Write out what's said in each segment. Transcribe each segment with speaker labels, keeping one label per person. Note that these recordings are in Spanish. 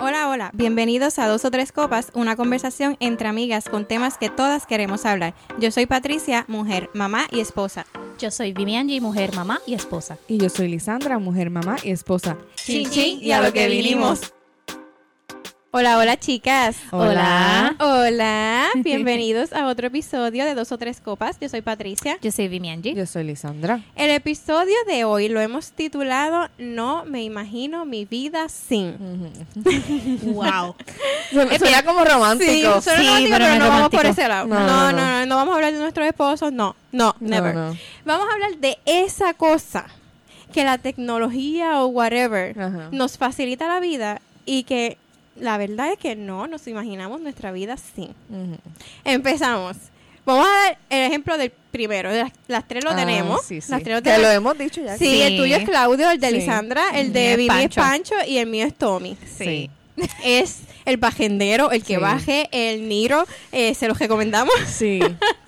Speaker 1: Hola, hola, bienvenidos a Dos o Tres Copas, una conversación entre amigas con temas que todas queremos hablar. Yo soy Patricia, mujer, mamá y esposa.
Speaker 2: Yo soy Vivianji, mujer, mamá y esposa.
Speaker 3: Y yo soy Lisandra, mujer, mamá y esposa.
Speaker 1: Chin, chin, y a lo que vinimos. Hola, hola chicas.
Speaker 3: Hola.
Speaker 1: Hola, bienvenidos a otro episodio de Dos o Tres Copas. Yo soy Patricia.
Speaker 2: Yo soy Vivianji.
Speaker 3: Yo soy Lisandra.
Speaker 1: El episodio de hoy lo hemos titulado No me imagino mi vida sin.
Speaker 2: Wow.
Speaker 3: Suena, suena como
Speaker 1: Sí, suena
Speaker 3: romántico.
Speaker 2: Sí,
Speaker 1: romántico, pero,
Speaker 2: pero no es
Speaker 1: no vamos
Speaker 2: romántico.
Speaker 1: por ese lado.
Speaker 3: No,
Speaker 1: No no no,
Speaker 3: no, no.
Speaker 1: no vamos a hablar de nuestros esposos, no, no,
Speaker 3: No,
Speaker 1: never.
Speaker 3: no.
Speaker 1: Vamos a hablar de esa cosa que la tecnología o whatever
Speaker 3: Ajá.
Speaker 1: nos facilita la vida y que la verdad es que no nos imaginamos nuestra vida sin.
Speaker 3: Ujú.
Speaker 1: Empezamos. Vamos a dar el ejemplo del primero. Las, las tres lo
Speaker 3: Ah,
Speaker 1: tenemos.
Speaker 3: sí, sí.
Speaker 1: Las tres lo
Speaker 3: Que lo
Speaker 1: tenemos.
Speaker 3: hemos dicho ya.
Speaker 1: Sí,
Speaker 2: Sí.
Speaker 1: el tuyo es Claudio, el de
Speaker 3: Sí.
Speaker 1: Lisandra, el
Speaker 2: Mío
Speaker 1: de
Speaker 2: es
Speaker 1: Vivi es
Speaker 2: Pancho.
Speaker 1: Pancho y el mío es Tommy
Speaker 2: Sí.
Speaker 1: es el bajendero, el que
Speaker 3: Sí.
Speaker 1: baje, el Niro, eh, se los recomendamos.
Speaker 3: Sí.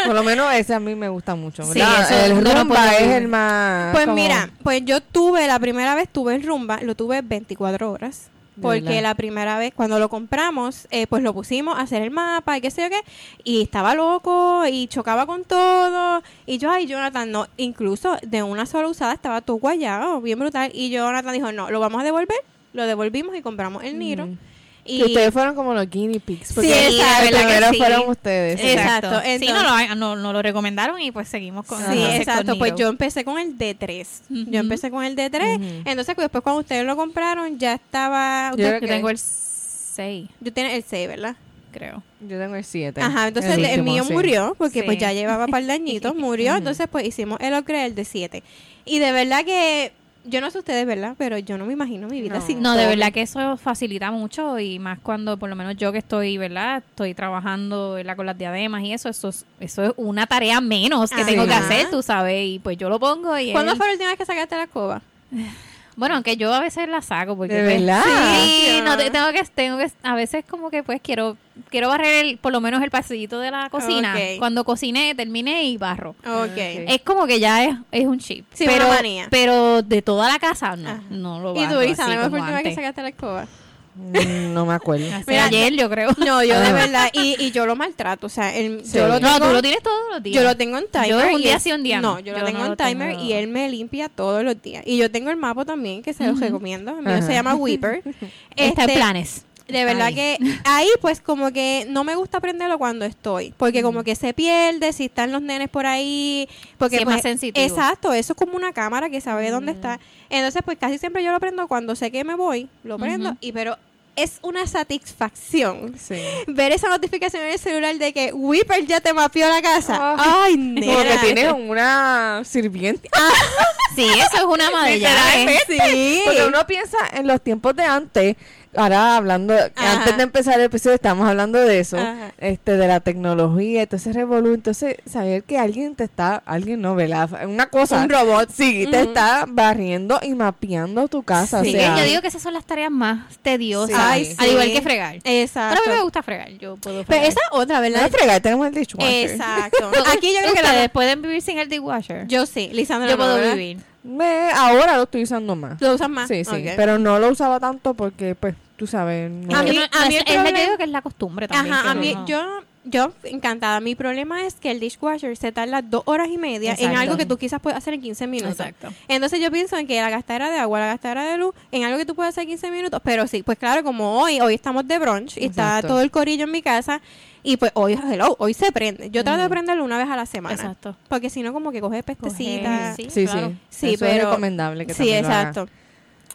Speaker 3: Por lo menos ese a mí me gusta mucho.
Speaker 2: Sí,
Speaker 3: ¿verdad?
Speaker 2: eso
Speaker 3: el
Speaker 2: no lo
Speaker 3: rumba
Speaker 2: puedo-
Speaker 3: es el más.
Speaker 1: Pues
Speaker 3: como-
Speaker 1: mira, pues yo tuve, la primera vez tuve el rumba, lo tuve 24 horas.
Speaker 3: De
Speaker 1: Porque
Speaker 3: verdad.
Speaker 1: la primera vez, cuando lo compramos, eh, pues lo pusimos a hacer el mapa y qué sé yo qué, y estaba loco y chocaba con todo. Y yo, ay, Jonathan, no, incluso de una sola usada estaba todo guayado, bien brutal. Y Jonathan dijo, no, lo vamos a devolver, lo devolvimos y compramos el Niro.
Speaker 3: Ujú.
Speaker 1: Y
Speaker 3: Mm. Que ustedes fueron como los guinea pigs. Porque
Speaker 1: Sí, exacto,
Speaker 3: el
Speaker 1: la que
Speaker 3: primero
Speaker 1: sí.
Speaker 3: fueron ustedes.
Speaker 1: Exacto.
Speaker 2: sí, no
Speaker 1: entonces-
Speaker 2: lo, ha- no, no lo recomendaron y pues seguimos con
Speaker 1: Sí,
Speaker 2: entonces con
Speaker 1: exacto. Pues
Speaker 2: Niro.
Speaker 1: yo empecé con el D3.
Speaker 2: Ujú.
Speaker 1: Yo empecé con el D3.
Speaker 3: Ujú.
Speaker 1: Entonces, pues, después cuando ustedes lo compraron, ya estaba...
Speaker 3: Yo
Speaker 1: usted-
Speaker 3: creo que-
Speaker 2: Yo tengo el 6,
Speaker 1: yo tenía el 6, ¿verdad?
Speaker 2: creo.
Speaker 3: Yo tengo el 7.
Speaker 1: Ajá, entonces el, el
Speaker 3: último,
Speaker 1: mío
Speaker 3: sí.
Speaker 1: murió, porque pues
Speaker 2: Sí.
Speaker 1: ya llevaba par de añitos, murió. Entonces, pues, hicimos el upgrade el de 7. Y de verdad que... Yo no sé ustedes, ¿verdad? Pero yo no me imagino mi vida
Speaker 3: No.
Speaker 1: sin
Speaker 2: No, de
Speaker 1: todo.
Speaker 2: verdad que eso facilita mucho y más cuando, por lo menos yo que estoy, ¿verdad? Estoy trabajando ¿verdad? con las diademas y eso, eso es, eso es una tarea menos que tengo que
Speaker 1: Ajá.
Speaker 2: hacer, tú sabes, y pues yo lo pongo y...
Speaker 1: ¿Cuándo
Speaker 2: él-
Speaker 1: fue la última vez que sacaste la escoba?
Speaker 2: Bueno, aunque yo a veces la saco porque...
Speaker 3: ¿De
Speaker 2: pues,
Speaker 3: verdad?
Speaker 2: Sí,
Speaker 1: Ah.
Speaker 2: no, te- tengo que, tengo que, a veces como que pues quiero, quiero barrer el, por lo menos el pasillito de la cocina.
Speaker 1: Ok.
Speaker 2: Cuando cociné, terminé y barro.
Speaker 1: Ok. Eh,
Speaker 3: ok.
Speaker 2: Es como que ya es, es un chip.
Speaker 1: Sí,
Speaker 2: pero,
Speaker 1: una manía.
Speaker 2: pero de toda la casa, no,
Speaker 1: Ajá.
Speaker 2: no lo
Speaker 1: ¿Y
Speaker 2: barro
Speaker 1: tú, Isa,
Speaker 2: así
Speaker 1: la
Speaker 2: como
Speaker 1: última vez que
Speaker 2: antes.
Speaker 1: sacaste la escoba?
Speaker 3: Mm, No me acuerdo.
Speaker 2: Hace
Speaker 1: Mira,
Speaker 2: ayer, yo creo.
Speaker 1: No, yo de
Speaker 3: Ah.
Speaker 1: verdad. Y, y yo lo maltrato. O sea, el,
Speaker 3: Sí.
Speaker 1: yo lo
Speaker 2: No,
Speaker 1: tengo-
Speaker 2: tú lo tienes todos los días.
Speaker 1: Yo lo tengo en timer.
Speaker 2: Yo es un
Speaker 1: y
Speaker 2: día
Speaker 1: es-
Speaker 2: sí, un día no.
Speaker 1: yo, lo
Speaker 2: Yo
Speaker 1: tengo
Speaker 2: no
Speaker 1: en
Speaker 2: lo
Speaker 1: timer
Speaker 2: tengo.
Speaker 1: y él me limpia todos los días. Y yo tengo el mapo también, que se los
Speaker 2: Ujú.
Speaker 1: recomiendo. El mío
Speaker 3: Ajá.
Speaker 1: se llama Weeper.
Speaker 2: Está en
Speaker 1: Este,
Speaker 2: planes.
Speaker 1: De verdad
Speaker 2: Ay.
Speaker 1: que ahí pues como que no me gusta aprenderlo cuando estoy. Porque como que se pierde, si están los nenes por ahí. Porque
Speaker 2: Sí, es más
Speaker 1: pues,
Speaker 2: sensitivo. Mm.
Speaker 1: Exacto, eso es como una cámara que sabe dónde está. Entonces pues casi siempre yo lo prendo cuando sé que me voy, lo prendo.
Speaker 2: Ujú.
Speaker 1: y Pero es una satisfacción
Speaker 3: Sí.
Speaker 1: ver esa notificación en el celular de que Weeper ya te mapeó la casa.
Speaker 3: Ah.
Speaker 1: Ay,
Speaker 3: Como que
Speaker 1: nena.
Speaker 3: tienes una sirviente.
Speaker 2: Sí, eso es una madre ¿eh?
Speaker 1: eh, Sí.
Speaker 3: ¿eh? Porque uno piensa en los tiempos de antes, ahora hablando, antes de empezar el episodio estamos hablando de eso,
Speaker 1: Ajá.
Speaker 3: este de la tecnología, entonces revolú, entonces saber que alguien te está, alguien no, ¿verdad? Una cosa,
Speaker 1: Un robot.
Speaker 3: sí, te
Speaker 1: Ujú.
Speaker 3: está barriendo y mapeando tu casa,
Speaker 1: Sí.
Speaker 3: o sea,
Speaker 2: yo digo que esas son las tareas más tediosas.
Speaker 3: Sí. Ay,
Speaker 2: Al
Speaker 1: sí.
Speaker 2: igual que fregar.
Speaker 1: Exacto.
Speaker 2: Pero a mí me gusta fregar. Yo puedo
Speaker 1: Pero
Speaker 2: fregar.
Speaker 1: esa otra,
Speaker 3: no es
Speaker 1: ¿verdad?
Speaker 3: fregar, tenemos el dishwasher.
Speaker 1: Exacto. Aquí yo creo que
Speaker 2: Ustedes
Speaker 1: la
Speaker 2: pueden vivir sin el dishwasher.
Speaker 1: Yo sí, Lisandra.
Speaker 2: Yo
Speaker 1: no,
Speaker 2: puedo
Speaker 1: ¿verdad?
Speaker 2: vivir.
Speaker 3: Me, ahora lo estoy usando más.
Speaker 1: ¿Lo usas más?
Speaker 3: Sí, sí,
Speaker 1: Ok.
Speaker 3: pero no lo usaba tanto porque, pues, tú sabes, no-
Speaker 1: A mí-
Speaker 2: Yo no-
Speaker 1: a mí
Speaker 2: es,
Speaker 1: el
Speaker 2: es la
Speaker 1: problema-
Speaker 2: que digo que es la costumbre también.
Speaker 1: Ajá,
Speaker 2: que
Speaker 1: a mí,
Speaker 2: uno-
Speaker 1: yo, yo encantada. Mi problema es que el dishwasher se tarda dos horas y media en
Speaker 3: Exacto.
Speaker 1: algo que tú quizás puedes hacer en 15 minutos.
Speaker 2: Exacto.
Speaker 1: Entonces yo pienso en que la gastadera de agua, la gastadera de luz, en algo que tú puedes hacer 15 minutos, pero sí, pues claro, como hoy, hoy estamos de brunch y está
Speaker 3: Exacto.
Speaker 1: todo el corillo en mi casa y pues hoy, hello, hoy se prende. Yo trato de prenderlo una vez a la semana.
Speaker 2: Exacto.
Speaker 1: Porque si no, como que coge pestecita.
Speaker 2: sí,
Speaker 3: sí,
Speaker 2: claro.
Speaker 3: sí,
Speaker 1: Sí,
Speaker 3: eso es
Speaker 1: pero-
Speaker 3: recomendable que
Speaker 1: Sí,
Speaker 3: también lo haga.
Speaker 1: exacto.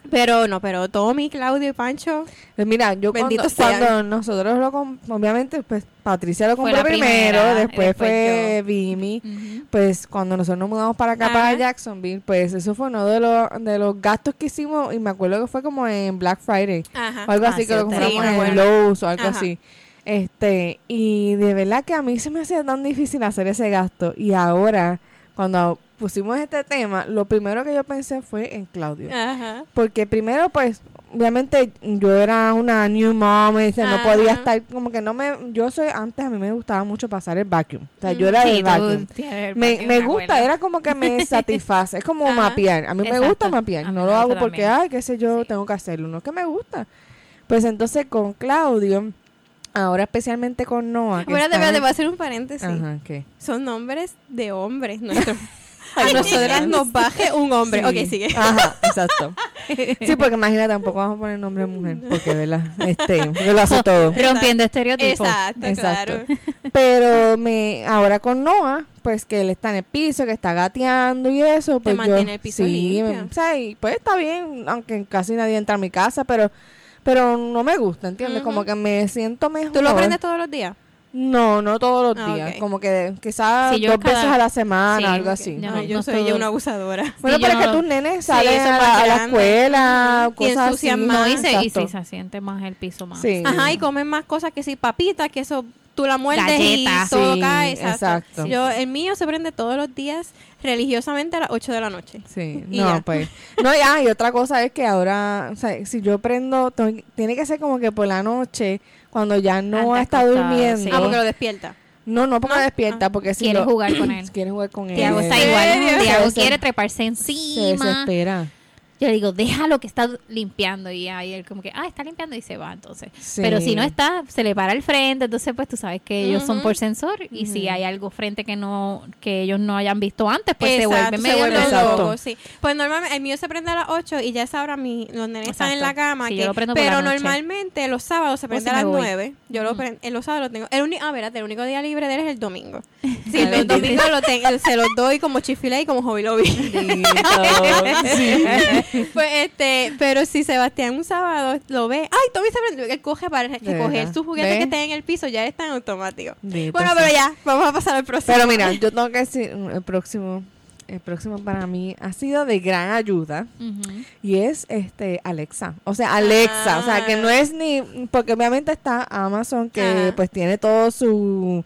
Speaker 1: Pero no, pero Tommy, Claudio y Pancho.
Speaker 3: Pues mira, yo
Speaker 1: Bendito
Speaker 3: cuando,
Speaker 1: sea.
Speaker 3: cuando nosotros lo com- obviamente pues Patricia lo
Speaker 2: Fue
Speaker 3: compró
Speaker 2: la
Speaker 3: primero,
Speaker 2: primera,
Speaker 3: después,
Speaker 2: después Mm.
Speaker 3: fue Vimi. Pues cuando nosotros nos mudamos para acá, para
Speaker 1: Ajá.
Speaker 3: Jacksonville, pues eso fue uno de los, de los gastos que hicimos y me acuerdo que fue como en Black Friday
Speaker 1: Ajá.
Speaker 3: o algo
Speaker 2: Ah,
Speaker 3: así
Speaker 2: sí,
Speaker 3: que lo
Speaker 2: ustedes.
Speaker 3: compramos
Speaker 1: Sí, me
Speaker 3: en
Speaker 1: acuerdo.
Speaker 3: Lowe's o algo
Speaker 1: Ajá.
Speaker 3: así. Este, y de verdad que a mí se me hacía tan difícil hacer ese gasto y ahora cuando pusimos este tema, lo primero que yo pensé fue en Claudio.
Speaker 1: Ajá.
Speaker 3: Porque primero, pues, obviamente yo era una new mom, y, o sea, no podía
Speaker 1: Ajá.
Speaker 3: estar, como que no me, yo soy, antes a mí me gustaba mucho pasar el vacuum. O sea, yo era
Speaker 2: Mm, Sí,
Speaker 3: del
Speaker 2: tú
Speaker 3: vacuum.
Speaker 2: tienes el
Speaker 3: Me,
Speaker 2: vacuum,
Speaker 3: me
Speaker 2: me
Speaker 3: gusta,
Speaker 2: acuerdo.
Speaker 3: era como que me satisface, es como
Speaker 1: Ajá.
Speaker 3: mapear. A mí me gusta
Speaker 2: Exacto.
Speaker 3: mapear,
Speaker 2: A mí
Speaker 3: no
Speaker 2: me
Speaker 3: lo
Speaker 2: gusta
Speaker 3: hago porque,
Speaker 2: también.
Speaker 3: ay, qué sé yo,
Speaker 2: Sí.
Speaker 3: tengo que hacerlo, no es que me gusta. Pues entonces con Claudio, ahora especialmente con Noah. que
Speaker 1: Espérate,
Speaker 3: están-
Speaker 1: espérate, voy a hacer un paréntesis.
Speaker 3: Ajá, ¿qué?
Speaker 1: Son nombres de hombres. nuestros.
Speaker 3: Ay,
Speaker 1: a nosotras
Speaker 3: Dios.
Speaker 1: nos baje un hombre.
Speaker 3: Sí.
Speaker 1: Ok, sigue.
Speaker 3: Ajá, exacto. Sí, porque imagínate, tampoco vamos a poner nombre de mujer, porque, ¿verdad? Este, yo lo hace todo.
Speaker 2: Rompiendo estereotipos.
Speaker 1: Exacto,
Speaker 3: Exacto.
Speaker 1: claro.
Speaker 3: Pero me, ahora con Noah, pues que él está en el piso, que está gateando y eso. Pues yo-
Speaker 1: mantiene el piso
Speaker 3: sí,
Speaker 1: limpio.
Speaker 3: me- o sea, y pues está bien, aunque casi nadie entra a mi casa, pero pero no me gusta, ¿entiendes? Como
Speaker 1: Ujú.
Speaker 3: que me siento mejor.
Speaker 1: ¿Tú lo aprendes todos los días?
Speaker 3: No, no todos los
Speaker 1: Ah,
Speaker 3: días.
Speaker 1: ok.
Speaker 3: Como que quizás
Speaker 2: Sí, yo
Speaker 3: dos
Speaker 2: cada-
Speaker 3: veces a la semana,
Speaker 2: Sí,
Speaker 3: algo
Speaker 2: ok.
Speaker 3: así.
Speaker 2: No,
Speaker 1: Ay, yo
Speaker 2: no
Speaker 1: soy
Speaker 2: todo.
Speaker 1: yo una abusadora.
Speaker 3: Bueno,
Speaker 2: Sí,
Speaker 3: pero
Speaker 2: yo
Speaker 3: es que
Speaker 2: no-
Speaker 3: tus nenes salen
Speaker 1: eso
Speaker 3: a,
Speaker 1: más
Speaker 3: la, a la
Speaker 1: grande.
Speaker 3: escuela,
Speaker 1: Ujú. Y
Speaker 3: cosas así.
Speaker 1: ensucian
Speaker 2: No, y se, y
Speaker 3: Exacto.
Speaker 2: sí se siente más el piso más.
Speaker 3: Sí.
Speaker 1: Ajá, y comen más cosas que si papitas, que eso tú la muerdes
Speaker 2: Galletas.
Speaker 1: y todo
Speaker 3: Sí,
Speaker 1: cae. Exacto.
Speaker 3: exacto.
Speaker 1: Yo, el mío se prende todos los días religiosamente a las 8 de la noche.
Speaker 3: Sí,
Speaker 1: Y
Speaker 3: no,
Speaker 1: ya.
Speaker 3: pues. No, y, ah, y otra cosa es que ahora, o sea, si yo prendo, to- tiene que ser como que por la noche, cuando ya no
Speaker 2: Antes
Speaker 3: está
Speaker 2: acostado, sí.
Speaker 3: durmiendo.
Speaker 1: Ah, porque lo despierta.
Speaker 3: No, no, porque
Speaker 1: ¿No?
Speaker 3: despierta, porque
Speaker 2: Ah,
Speaker 3: si
Speaker 2: Quiere
Speaker 3: lo-
Speaker 2: jugar con él.
Speaker 3: quiere jugar con él.
Speaker 2: Tiago está
Speaker 1: ¿En
Speaker 2: igual.
Speaker 1: serio?
Speaker 2: Tiago
Speaker 3: Se-
Speaker 2: quiere treparse
Speaker 3: Se
Speaker 2: encima.
Speaker 3: desespera.
Speaker 2: Yo digo, déjalo que está limpiando. Y ahí él como que, ah, está limpiando y se va entonces.
Speaker 3: Sí.
Speaker 2: Pero si no está, se le para el frente. Entonces, pues tú sabes que ellos son
Speaker 1: Ujú.
Speaker 2: por sensor. Y si hay algo frente que no que ellos no hayan visto antes, pues se vuelven medio
Speaker 1: vuelven
Speaker 2: locos.
Speaker 3: Exacto.
Speaker 1: locos, sí. Pues normalmente el mío se prende a las 8 y ya es ahora mi, los nenes están en la
Speaker 2: Exacto.
Speaker 1: cama.
Speaker 2: Sí,
Speaker 1: que-
Speaker 2: yo lo prendo por
Speaker 1: pero
Speaker 2: la noche.
Speaker 1: normalmente los sábados se prende
Speaker 2: si
Speaker 1: a las
Speaker 2: me voy. Mm.
Speaker 1: 9. Yo lo
Speaker 2: Ujú.
Speaker 1: prendo, eh, los sábados lo tengo. El único, ah, espérate, el único día libre de él es el domingo. Sí,
Speaker 2: Ay,
Speaker 1: los
Speaker 2: bendito.
Speaker 1: domingos lo tengo, se los doy como chifile y como hobby lobby. pues este, pero si Sebastián un sábado lo ve, ay, Tommy se prende, él coge para
Speaker 3: De
Speaker 1: coger
Speaker 3: verdad.
Speaker 1: sus juguetes
Speaker 3: ¿Ve?
Speaker 1: que estén en el piso, ya está en automático.
Speaker 3: Bendito
Speaker 1: Bueno,
Speaker 3: sea.
Speaker 1: pero ya, vamos a pasar al próximo.
Speaker 3: Pero mira, yo tengo que decir, mm, el próximo, el próximo para mí ha sido de gran ayuda.
Speaker 2: Ujú.
Speaker 3: Y es este Alexa. O sea, Alexa. O sea, que no
Speaker 1: Ah.
Speaker 3: es ni. Porque obviamente está Amazon, que
Speaker 1: Ajá.
Speaker 3: pues tiene todo su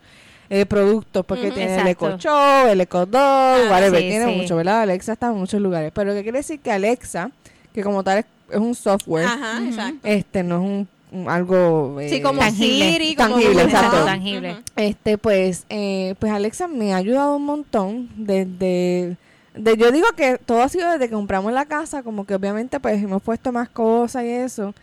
Speaker 3: eh, producto. Porque
Speaker 1: Ujú, Ah,
Speaker 3: tiene
Speaker 2: exacto.
Speaker 3: el Echo Show, el Echo Dog, whatever.
Speaker 2: sí,
Speaker 3: tiene
Speaker 2: sí.
Speaker 3: mucho, ¿verdad? Alexa está en muchos lugares. Pero que quiere decir que Alexa, que como tal es, es un software,
Speaker 1: Ajá,
Speaker 2: Ujú.
Speaker 1: exacto.
Speaker 3: este no es un, un- algo.
Speaker 1: Sí,
Speaker 3: eh,
Speaker 1: como
Speaker 2: tangible,
Speaker 1: Siri, como
Speaker 3: tangible,
Speaker 1: Google
Speaker 3: exacto.
Speaker 1: Home.
Speaker 2: Tangible.
Speaker 1: Ujú.
Speaker 3: Este, pues, eh, pues Alexa me ha ayudado un montón desde, de, yo digo que todo ha sido desde que compramos la casa, como que obviamente pues hemos puesto más cosas y eso.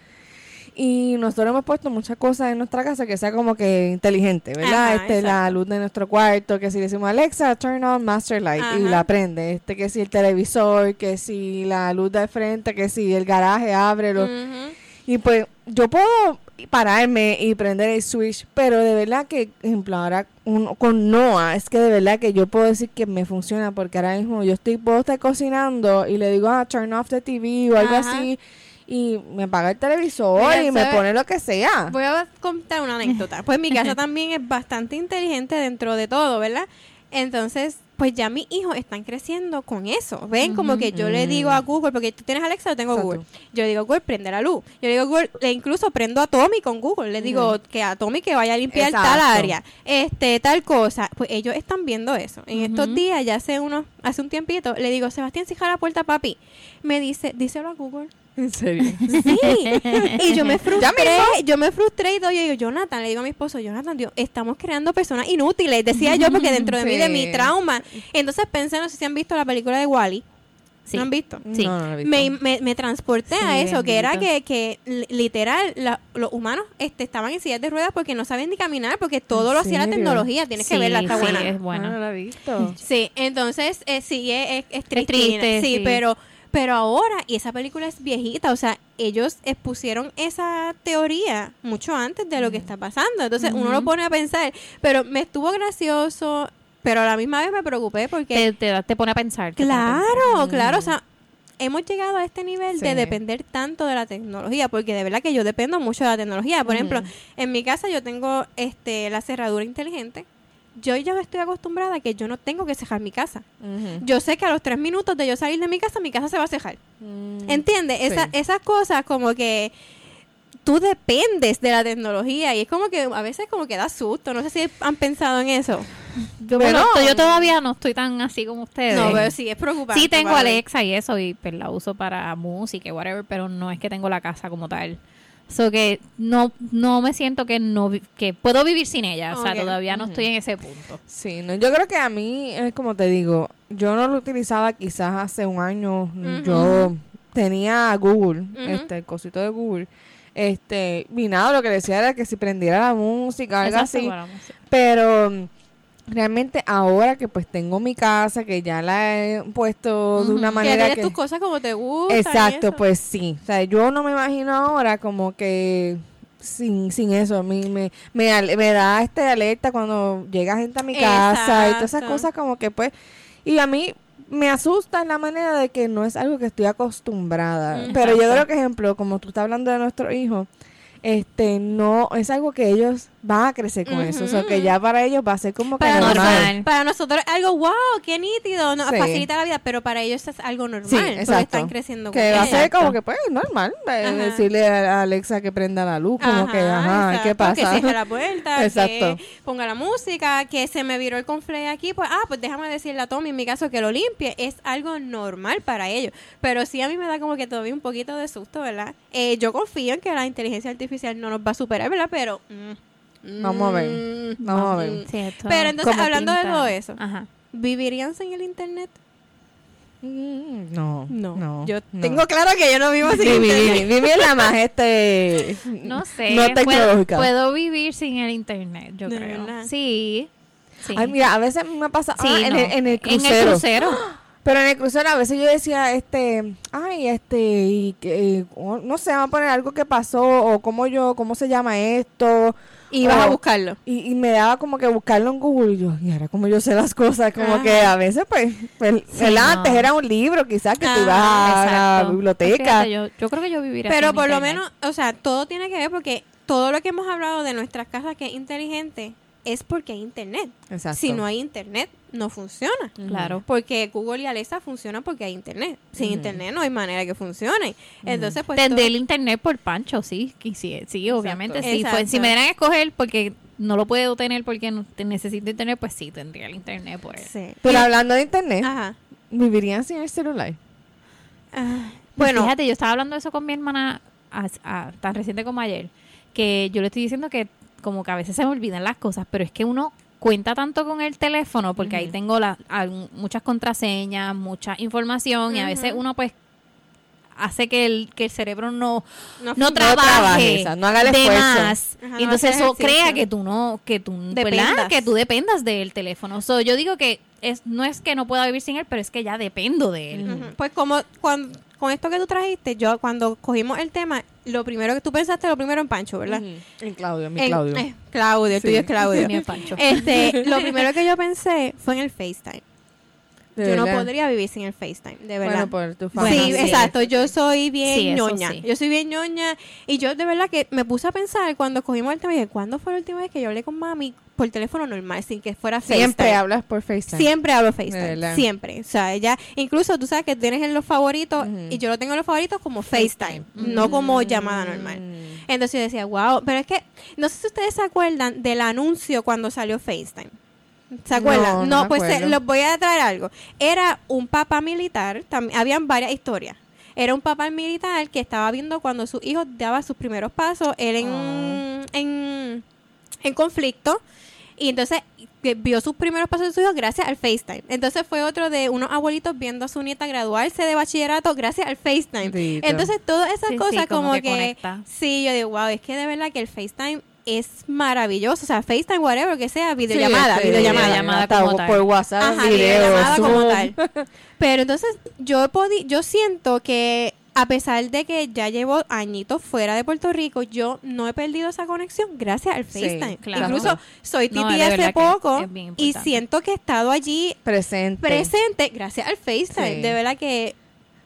Speaker 3: Y nosotros hemos puesto muchas cosas en nuestra casa que sea como que inteligente, ¿verdad?
Speaker 1: Ajá,
Speaker 3: este, la luz de nuestro cuarto, que si le decimos Alexa, turn on master light y
Speaker 1: Ajá.
Speaker 3: la prende. Este, que si el televisor, que si la luz de frente, que si el garaje,
Speaker 1: Mm.
Speaker 3: ábrelo.
Speaker 1: Ujú.
Speaker 3: Y pues yo puedo pararme y prender el switch, pero de verdad que, ejemplo, ahora un- con Noah, es que de verdad que yo puedo decir que me funciona porque ahora mismo yo estoy, puedo estar cocinando y le digo, ah, turn off the TV o algo
Speaker 1: Ajá.
Speaker 3: así, y me apaga el televisor
Speaker 1: Mira,
Speaker 3: y me
Speaker 1: ¿sabes?
Speaker 3: pone lo que sea.
Speaker 1: Voy a contar una anécdota. Pues mi casa también es bastante inteligente dentro de todo, ¿verdad? Entonces, pues ya mis hijos están creciendo con eso. Ven, como
Speaker 2: Ujú.
Speaker 1: que yo le digo a Google, porque tú tienes Alexa, yo tengo
Speaker 3: Exacto.
Speaker 1: Google. Yo le digo, Google, prende la luz. Yo le digo, Google, le incluso prendo a Tommy con Google. Le digo que a Tommy que vaya a limpiar tal
Speaker 3: Exacto.
Speaker 1: área, este, tal cosa. Pues ellos están viendo eso. En estos
Speaker 2: Ujú.
Speaker 1: días, ya hace unos, hace un tiempito, le digo, Sebastián, cierra la puerta, papi. Me dice, díselo a Google.
Speaker 3: En serio.
Speaker 1: Sí. Y yo me frustré, yo me frustré y todo. Yo digo, Jonathan, le digo a mi esposo, Jonathan, Dios, estamos creando personas inútiles. Decía yo, porque dentro de mí, de mi
Speaker 3: Sí.
Speaker 1: trauma. Entonces pensé, no sé si han visto la película de Wally.
Speaker 2: Sí.
Speaker 1: ¿No han visto?
Speaker 2: Sí.
Speaker 3: No, no lo he visto.
Speaker 1: Me, me, me transporté
Speaker 2: Sí,
Speaker 1: a eso, que era
Speaker 2: bendito.
Speaker 1: que, que li- literal, la- los humanos este, estaban en sillas de ruedas porque no sabían ni caminar, porque todo
Speaker 3: ¿En
Speaker 1: lo hacía la
Speaker 3: serio?
Speaker 1: tecnología. Tienes que
Speaker 2: Sí,
Speaker 1: verla, está
Speaker 2: sí,
Speaker 1: buena.
Speaker 2: es
Speaker 3: Ah, no
Speaker 2: buena.
Speaker 3: lo he visto.
Speaker 1: Sí, entonces eh, sí, es, es, es triste.
Speaker 2: triste,
Speaker 1: sí,
Speaker 2: sí.
Speaker 1: pero pero ahora, y esa película es viejita, o sea, ellos expusieron esa teoría mucho antes de lo que está pasando. Entonces uno lo
Speaker 2: Ujú.
Speaker 1: pone a pensar, pero me estuvo gracioso, pero a la misma vez me preocupé porque...
Speaker 2: Te, te, da- te pone a pensar. te pone a pensar.
Speaker 1: claro,
Speaker 3: Mm.
Speaker 1: claro, o sea, hemos llegado a este nivel de
Speaker 3: Sí.
Speaker 1: depender tanto de la tecnología, porque de verdad que yo dependo mucho de la tecnología. Por ejemplo, en mi casa yo tengo este la cerradura inteligente. Yo ya me estoy acostumbrada a que yo no tengo que cerrar mi casa
Speaker 3: Ujú.
Speaker 1: yo sé que a los tres minutos de yo salir de mi casa, mi casa se va a cejar.
Speaker 3: Mm.
Speaker 1: ¿Entiendes? Esa-
Speaker 3: Sí.
Speaker 1: Esas cosas como que tú dependes de la tecnología y es como que a veces como que da susto. No sé si han pensado en eso.
Speaker 2: Yo, bueno,
Speaker 3: Pero-
Speaker 2: yo todavía no estoy tan así como
Speaker 3: Eh,
Speaker 2: ustedes.
Speaker 1: No, pero sí, es preocupante.
Speaker 2: Sí tengo
Speaker 1: para mí.
Speaker 2: Alexa y eso, y pues la uso para música y whatever, pero no es que tengo la casa como tal. So que no, no me siento que no vi- que puedo vivir sin ella. O sea,
Speaker 1: Ok.
Speaker 2: todavía no estoy en ese punto.
Speaker 3: Sí, no, yo creo que a mí, es como te digo, yo no lo utilizaba quizás hace un año.
Speaker 1: Ujú.
Speaker 3: Yo tenía Google,
Speaker 1: Ujú.
Speaker 3: este, el cosito de Google. Este, y nada, lo que decía era que si prendiera la música, algo
Speaker 2: Exacto,
Speaker 3: así.
Speaker 2: para la música.
Speaker 3: Pero mm, realmente ahora que pues tengo mi casa, que ya la he puesto de una
Speaker 2: Ujú.
Speaker 1: que
Speaker 3: manera
Speaker 1: tienes
Speaker 3: que...
Speaker 1: tus cosas como te gustan. y
Speaker 3: Exacto,
Speaker 1: eso.
Speaker 3: pues sí. O sea, yo no me imagino ahora como que sin, sin eso. Me, me, me, al- me da este alerta cuando llega gente a mi casa y todas esas
Speaker 1: Exacto.
Speaker 3: cosas como que pues... Y a mí me asusta la manera de que no es algo que estoy acostumbrada.
Speaker 1: Ujú.
Speaker 3: Pero yo
Speaker 2: Exacto.
Speaker 3: creo que, ejemplo, como tú estás hablando de nuestro hijo, este no es algo que ellos van a crecer con eso. O sea, que
Speaker 1: Ujú.
Speaker 3: ya para ellos va a ser como que
Speaker 1: Para
Speaker 3: normal.
Speaker 1: nosotros, para nosotros es algo, wow, qué nítido, nos
Speaker 3: Sí.
Speaker 1: facilita la vida, pero para ellos es algo normal,
Speaker 3: Sí,
Speaker 1: porque
Speaker 3: exacto.
Speaker 1: están creciendo
Speaker 3: Que va a ser
Speaker 2: Exacto.
Speaker 3: como que, pues, normal. eh,
Speaker 1: Ajá.
Speaker 3: Decirle a Alexa que prenda la luz, como que, ajá, ¿qué
Speaker 1: exacto,
Speaker 3: pasa?
Speaker 1: Que cierre la puerta,
Speaker 3: Exacto.
Speaker 1: que ponga la música, que se me viró el confle aquí, pues, ah, pues déjame decirle a Tommy en mi caso que lo limpie. Es algo normal para ellos. Pero sí a mí me da como que todavía un poquito de susto, ¿verdad? Eh, yo confío en que la inteligencia artificial no nos va a superar, ¿verdad? Pero... mm,
Speaker 3: Vamos a ver,
Speaker 1: mm,
Speaker 3: vamos a ver.
Speaker 1: mm.
Speaker 2: Sí, esto
Speaker 1: Pero entonces,
Speaker 2: como
Speaker 1: hablando de
Speaker 2: pinta.
Speaker 1: todo eso.
Speaker 2: Ajá.
Speaker 1: ¿Vivirían sin el internet?
Speaker 3: Mm, No,
Speaker 1: No.
Speaker 3: no,
Speaker 1: Yo
Speaker 3: no.
Speaker 1: tengo claro que yo no vivo sin
Speaker 3: Vivi,
Speaker 1: internet.
Speaker 3: Vivi, Vivi es la más este
Speaker 2: No sé.
Speaker 3: no
Speaker 2: puedo-
Speaker 3: tecnológica.
Speaker 2: Puedo, vivir sin el internet, yo
Speaker 1: ¿De
Speaker 2: creo.
Speaker 1: verdad?
Speaker 2: Sí. Sí.
Speaker 3: Ay, mira, a veces me pasa
Speaker 2: Sí,
Speaker 3: ah, en,
Speaker 2: no.
Speaker 3: el, en el crucero.
Speaker 2: crucero.
Speaker 3: Pero en el crucero a veces yo decía, este, ay, este, y que- o- no sé, vamos a poner algo que pasó, o cómo yo, cómo se llama esto,
Speaker 1: Y vas a
Speaker 3: Oh.
Speaker 1: buscarlo.
Speaker 3: y, y me daba como que buscarlo en Google, y yo, y ahora como yo sé las cosas, como
Speaker 1: Ajá.
Speaker 3: que a veces, pues, el-
Speaker 2: Sí,
Speaker 3: el
Speaker 2: no.
Speaker 3: antes era un libro quizás que te
Speaker 1: Ajá, Pues
Speaker 3: ibas a Ah, la
Speaker 2: Exacto. Pues
Speaker 3: biblioteca.
Speaker 2: Fíjate, yo, yo creo que yo viviría
Speaker 1: Pero
Speaker 2: sin
Speaker 1: por lo
Speaker 2: internet.
Speaker 1: menos, o sea, todo tiene que ver porque todo lo que hemos hablado de nuestras casas que es inteligente es porque hay internet.
Speaker 3: Exacto.
Speaker 1: Si no hay internet, no funciona.
Speaker 2: Claro.
Speaker 1: Porque Google y Alexa funcionan porque hay internet. Sin
Speaker 3: Ujú.
Speaker 1: internet no hay manera que funcione. Entonces, pues...
Speaker 2: Tendré
Speaker 1: todo-
Speaker 2: el internet por Pancho, sí, quisi- sí, obviamente.
Speaker 3: Exacto.
Speaker 2: sí, fue-
Speaker 1: Exacto.
Speaker 2: si me dieran a escoger porque no lo puedo tener porque no- te- necesito internet, pues sí, tendría el internet por él.
Speaker 1: Sí.
Speaker 3: Pero hablando de internet,
Speaker 1: Ajá.
Speaker 3: vivirían sin el celular.
Speaker 1: Ah,
Speaker 2: Bueno,
Speaker 1: Bueno,
Speaker 2: Pues fíjate, yo estaba hablando de eso con mi hermana as- a- tan reciente como ayer, que yo le estoy diciendo que como que a veces se me olvidan las cosas, pero es que uno cuenta tanto con el teléfono porque ahí
Speaker 3: Ujú.
Speaker 2: tengo la- algún- muchas contraseñas, mucha información y a veces
Speaker 1: Ujú.
Speaker 2: uno pues hace que el, que el cerebro no,
Speaker 1: no,
Speaker 2: no
Speaker 1: fun-
Speaker 2: trabaje,
Speaker 3: trabaje, esa, no haga el
Speaker 2: de
Speaker 3: esfuerzo.
Speaker 2: más.
Speaker 1: Ajá, no
Speaker 2: y entonces
Speaker 1: hace
Speaker 2: eso crea
Speaker 1: ejercicio.
Speaker 2: que tú no, que tú ¿verdad?
Speaker 1: Dependas.
Speaker 2: que tú dependas del teléfono. So, yo digo que es, no es que no pueda vivir sin él, pero es que ya dependo de él.
Speaker 1: Ujú. Pues como cuando, con esto que tú trajiste, yo cuando cogimos el tema, lo primero que tú pensaste, lo primero en Pancho, ¿verdad?
Speaker 3: En Claudio, mi
Speaker 1: En-
Speaker 3: Claudio.
Speaker 1: eh, Claudio, el
Speaker 3: Sí.
Speaker 1: tuyo es Claudio.
Speaker 2: Mío, Pancho.
Speaker 1: Este, lo primero que yo pensé fue en el FaceTime.
Speaker 3: De
Speaker 1: yo no
Speaker 3: verdad.
Speaker 1: podría vivir sin el FaceTime, de verdad.
Speaker 3: Bueno, por tu
Speaker 2: Bueno,
Speaker 1: sí,
Speaker 2: sí.
Speaker 1: exacto. Yo soy bien
Speaker 2: Sí, eso
Speaker 1: ñoña.
Speaker 2: sí.
Speaker 1: Yo soy bien ñoña. Y yo de verdad que me puse a pensar cuando cogimos el tema y dije, ¿cuándo fue la última vez que yo hablé con mami por teléfono normal, sin que fuera FaceTime?
Speaker 3: Siempre hablas por FaceTime.
Speaker 1: Siempre hablo
Speaker 3: De
Speaker 1: FaceTime.
Speaker 3: verdad.
Speaker 1: Siempre. O sea, ella, incluso tú sabes que tienes en los favoritos,
Speaker 3: Ujú.
Speaker 1: y yo lo tengo en los favoritos como FaceTime, no como llamada normal.
Speaker 3: Mm.
Speaker 1: Entonces yo decía, wow, pero es que no sé si ustedes se acuerdan del anuncio cuando salió FaceTime. ¿Se
Speaker 3: No,
Speaker 1: acuerdan?
Speaker 3: no
Speaker 1: No,
Speaker 3: me
Speaker 1: pues se-
Speaker 3: acuerdo.
Speaker 1: los voy a traer algo. Era un papá militar, tam- habían varias historias. Era un papá militar que estaba viendo cuando su hijo daba sus primeros pasos, él en,
Speaker 3: Ah.
Speaker 1: en, en conflicto. Y entonces que vio sus primeros pasos de su hijo gracias al FaceTime. Entonces fue otro de unos abuelitos viendo a su nieta graduarse de bachillerato gracias al FaceTime.
Speaker 3: Bendito.
Speaker 1: Entonces todas esas
Speaker 2: Sí, sí,
Speaker 1: cosas
Speaker 2: como
Speaker 1: como,
Speaker 2: que
Speaker 1: que,
Speaker 2: conecta.
Speaker 1: sí, yo digo, wow, es que de verdad que el FaceTime es maravilloso, o sea, FaceTime whatever que sea, videollamada,
Speaker 2: sí, este,
Speaker 1: videollamada.
Speaker 2: videollamada.
Speaker 3: este, Hasta
Speaker 2: como tal.
Speaker 3: Por WhatsApp,
Speaker 1: Ajá,
Speaker 3: video,
Speaker 1: videollamada como
Speaker 3: Zoom.
Speaker 1: tal. Pero entonces yo podí, yo siento que a pesar de que ya llevo añitos fuera de Puerto Rico, yo no he perdido esa conexión gracias al
Speaker 3: Sí,
Speaker 1: FaceTime.
Speaker 2: claro.
Speaker 1: Incluso soy titi
Speaker 2: No, de
Speaker 1: hace
Speaker 2: verdad que
Speaker 1: poco
Speaker 2: es bien
Speaker 1: y
Speaker 2: importante.
Speaker 1: siento que he estado allí
Speaker 3: Presente.
Speaker 1: presente gracias al FaceTime.
Speaker 3: Sí.
Speaker 1: De verdad que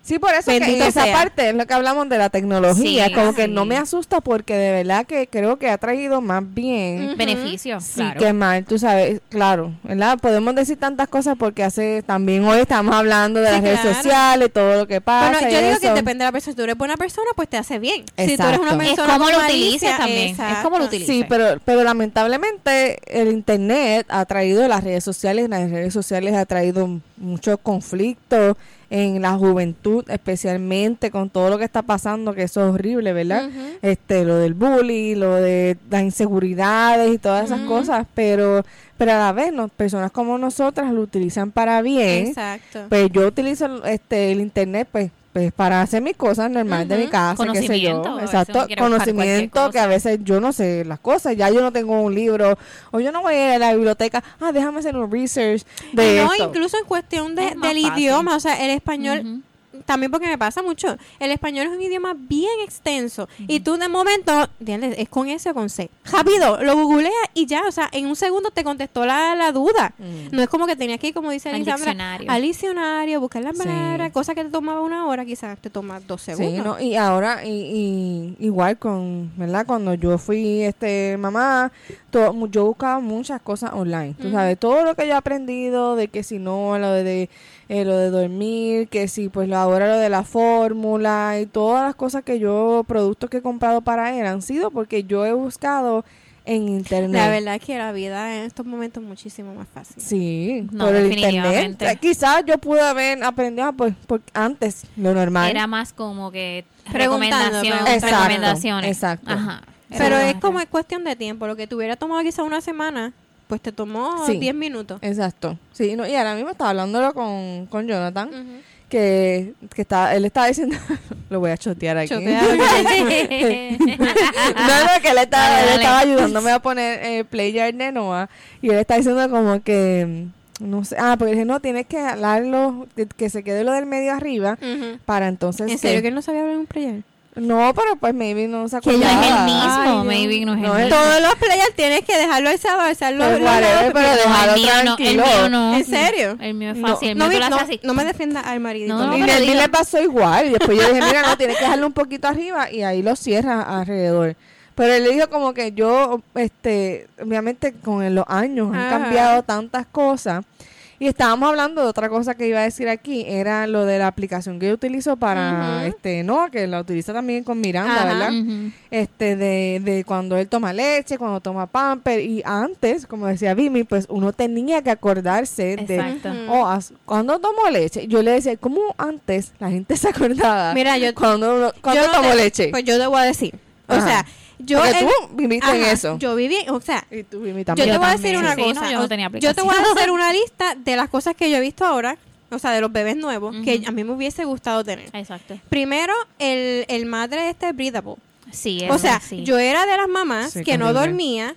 Speaker 3: Sí, por eso que en
Speaker 1: Bendito
Speaker 3: esa
Speaker 1: sea.
Speaker 3: parte es lo que hablamos de la tecnología.
Speaker 2: Sí,
Speaker 3: como que
Speaker 2: sí.
Speaker 3: no me asusta porque de verdad que creo que ha traído más bien.
Speaker 1: Ujú.
Speaker 2: Beneficios,
Speaker 3: Sí,
Speaker 2: claro.
Speaker 3: qué mal, tú sabes, claro, ¿verdad? Podemos decir tantas cosas porque hace también hoy estamos hablando de
Speaker 1: Sí,
Speaker 3: las redes
Speaker 1: claro.
Speaker 3: sociales, todo lo que pasa.
Speaker 1: Bueno, yo
Speaker 3: y
Speaker 1: digo que
Speaker 3: eso.
Speaker 1: depende de la persona. Si tú eres buena persona, pues te hace bien. Si tú eres
Speaker 3: Exacto.
Speaker 1: una
Speaker 2: Es
Speaker 1: persona
Speaker 2: como
Speaker 1: con
Speaker 2: lo
Speaker 1: malicia,
Speaker 2: utilices también. Es
Speaker 1: exacto.
Speaker 2: como lo utilices.
Speaker 3: Sí, pero, pero lamentablemente el Internet ha traído las redes sociales, las redes sociales ha traído muchos conflictos en la juventud, especialmente con todo lo que está pasando, que eso es horrible, ¿verdad?
Speaker 1: Ujú.
Speaker 3: este lo del bullying, lo de las inseguridades y todas esas
Speaker 1: Ujú.
Speaker 3: cosas, pero pero a la vez nos, personas como nosotras lo utilizan para bien.
Speaker 1: Exacto.
Speaker 3: Pues yo utilizo el- este el internet pues pues para hacer mis cosas normales de mi
Speaker 2: Ujú,
Speaker 3: casa, qué sé yo.
Speaker 2: conocimiento, a veces
Speaker 3: Exacto,
Speaker 2: uno quiere buscar cualquier
Speaker 3: conocimiento que a
Speaker 2: cosa.
Speaker 3: veces yo no sé las cosas, ya yo no tengo un libro o yo no voy a ir a la biblioteca, ah, déjame hacer un research
Speaker 2: Ah,
Speaker 3: de
Speaker 1: no,
Speaker 3: esto.
Speaker 1: incluso en cuestión de-
Speaker 2: Es más
Speaker 1: del
Speaker 2: fácil.
Speaker 1: idioma, o sea, el español,
Speaker 2: Ujú.
Speaker 1: también porque me pasa mucho, el español es un idioma bien extenso y tú de momento, ¿entiendes? Es con S o con C. Rápido, lo googleas y ya, o sea, en un segundo te contestó la, la duda.
Speaker 3: Mm.
Speaker 1: No es como que tenías que ir, como dice
Speaker 2: Al
Speaker 1: Lisandra,
Speaker 2: diccionario.
Speaker 1: al diccionario, buscar las
Speaker 3: Sí.
Speaker 1: palabras, cosa que te tomaba una hora, quizás te toma dos segundos.
Speaker 3: Sí, no, y ahora y, y igual con, ¿verdad? Cuando yo fui este mamá, to- mu- yo buscaba muchas cosas online. Tú
Speaker 1: Ujú.
Speaker 3: sabes, todo lo que yo he aprendido de que si no lo de, de, eh, lo de dormir, que si pues lo- ahora lo de la fórmula y todas las cosas que yo productos que he comprado para él han sido porque yo he buscado en internet.
Speaker 1: La verdad es que la vida en estos momentos es muchísimo más fácil.
Speaker 3: Sí,
Speaker 2: No,
Speaker 3: por el internet.
Speaker 2: definitivamente.
Speaker 3: Eh, Quizás yo pude haber aprendido ah, pues, por- antes lo normal.
Speaker 2: Era más como que
Speaker 1: Preguntando,
Speaker 2: recomendación,
Speaker 1: preguntando.
Speaker 2: recomendaciones.
Speaker 3: Exacto, exacto.
Speaker 2: Ajá. Era
Speaker 1: Pero es
Speaker 2: más-
Speaker 1: como es cuestión de tiempo. Lo que te hubiera tomado quizás una semana, pues te tomó
Speaker 3: Sí.
Speaker 1: 10 minutos.
Speaker 3: Exacto. Sí, no, y ahora mismo estaba hablándolo con, con Jonathan,
Speaker 2: Mm.
Speaker 1: Ujú.
Speaker 3: que, que está, él estaba diciendo, lo voy a chotear aquí.
Speaker 1: Chotear.
Speaker 3: no, no, que él estaba,
Speaker 2: Dale,
Speaker 3: él
Speaker 2: dale.
Speaker 3: estaba ayudándome a poner eh, Player de Noah y él está diciendo como que, no sé, ah, porque dije, no, tienes que hablarlo, que, que se quede lo del medio arriba
Speaker 2: Mm.
Speaker 1: Ujú.
Speaker 3: para entonces...
Speaker 1: ¿En
Speaker 3: que-
Speaker 1: serio que él no sabía hablar un player?
Speaker 3: No, pero pues maybe no se
Speaker 2: Que no es el
Speaker 3: acordaba.
Speaker 2: mismo,
Speaker 3: Ay,
Speaker 2: maybe no es el
Speaker 3: no,
Speaker 2: mismo.
Speaker 1: Todos los players tienes que dejarlo alzado, alzarlo.
Speaker 3: Pues
Speaker 1: los
Speaker 3: whatever,
Speaker 1: lados,
Speaker 3: pero
Speaker 1: porque-
Speaker 3: déjalo
Speaker 2: el mío no, el
Speaker 3: tranquilo.
Speaker 2: mío no.
Speaker 1: ¿En serio?
Speaker 2: El mío es
Speaker 3: No,
Speaker 2: fácil. El mío
Speaker 1: No,
Speaker 2: tú
Speaker 1: vi-
Speaker 2: lo
Speaker 1: no,
Speaker 2: haces así.
Speaker 1: no me defienda al marido.
Speaker 2: No,
Speaker 3: Y
Speaker 2: pero
Speaker 3: Nelly
Speaker 2: digo-
Speaker 3: le pasó igual. Y después yo dije, mira, no, tienes que dejarlo un poquito arriba y ahí lo cierras alrededor. Pero él le dijo como que yo, este, obviamente con los años han
Speaker 2: Ah.
Speaker 1: Ajá.
Speaker 3: cambiado tantas cosas. Y estábamos hablando de otra cosa que iba a decir aquí, era lo de la aplicación que yo utilizo para,
Speaker 1: Ujú.
Speaker 3: este, no, que la utiliza también con Miranda,
Speaker 1: Ajá.
Speaker 3: ¿verdad?
Speaker 2: Ujú.
Speaker 3: este de, de cuando él toma leche, cuando toma pamper y antes, como decía Vimi, pues uno tenía que acordarse de
Speaker 2: Exacto.
Speaker 1: Ujú.
Speaker 3: oh, as- cuando tomo leche. Yo le decía, ¿cómo antes la gente se acordaba?
Speaker 1: Mira, yo,
Speaker 3: cuando uno- cuando
Speaker 1: yo no
Speaker 3: tomo
Speaker 1: te-
Speaker 3: leche.
Speaker 1: Pues yo te voy a decir. O
Speaker 3: Ajá.
Speaker 1: sea, yo.
Speaker 3: Porque
Speaker 1: el-
Speaker 3: tú viviste en
Speaker 1: ajá,
Speaker 3: eso.
Speaker 1: Yo viví, o sea,
Speaker 3: y tú Vimi
Speaker 1: Yo
Speaker 3: también.
Speaker 1: te
Speaker 2: Yo
Speaker 1: voy a
Speaker 2: también.
Speaker 1: decir una
Speaker 2: Sí,
Speaker 1: cosa.
Speaker 2: no, yo no tenía
Speaker 1: Yo te voy a
Speaker 2: aplicación.
Speaker 1: hacer una lista de las cosas que yo he visto ahora, o sea, de los bebés nuevos, que
Speaker 2: Ujú.
Speaker 1: a mí me hubiese gustado tener.
Speaker 2: Exacto.
Speaker 1: Primero, el, el madre este breathable.
Speaker 2: Sí,
Speaker 1: o
Speaker 2: eso
Speaker 1: sea,
Speaker 2: sí.
Speaker 1: yo era de las mamás
Speaker 3: Sí,
Speaker 1: que
Speaker 3: qué
Speaker 1: no
Speaker 3: horrible.
Speaker 1: dormía,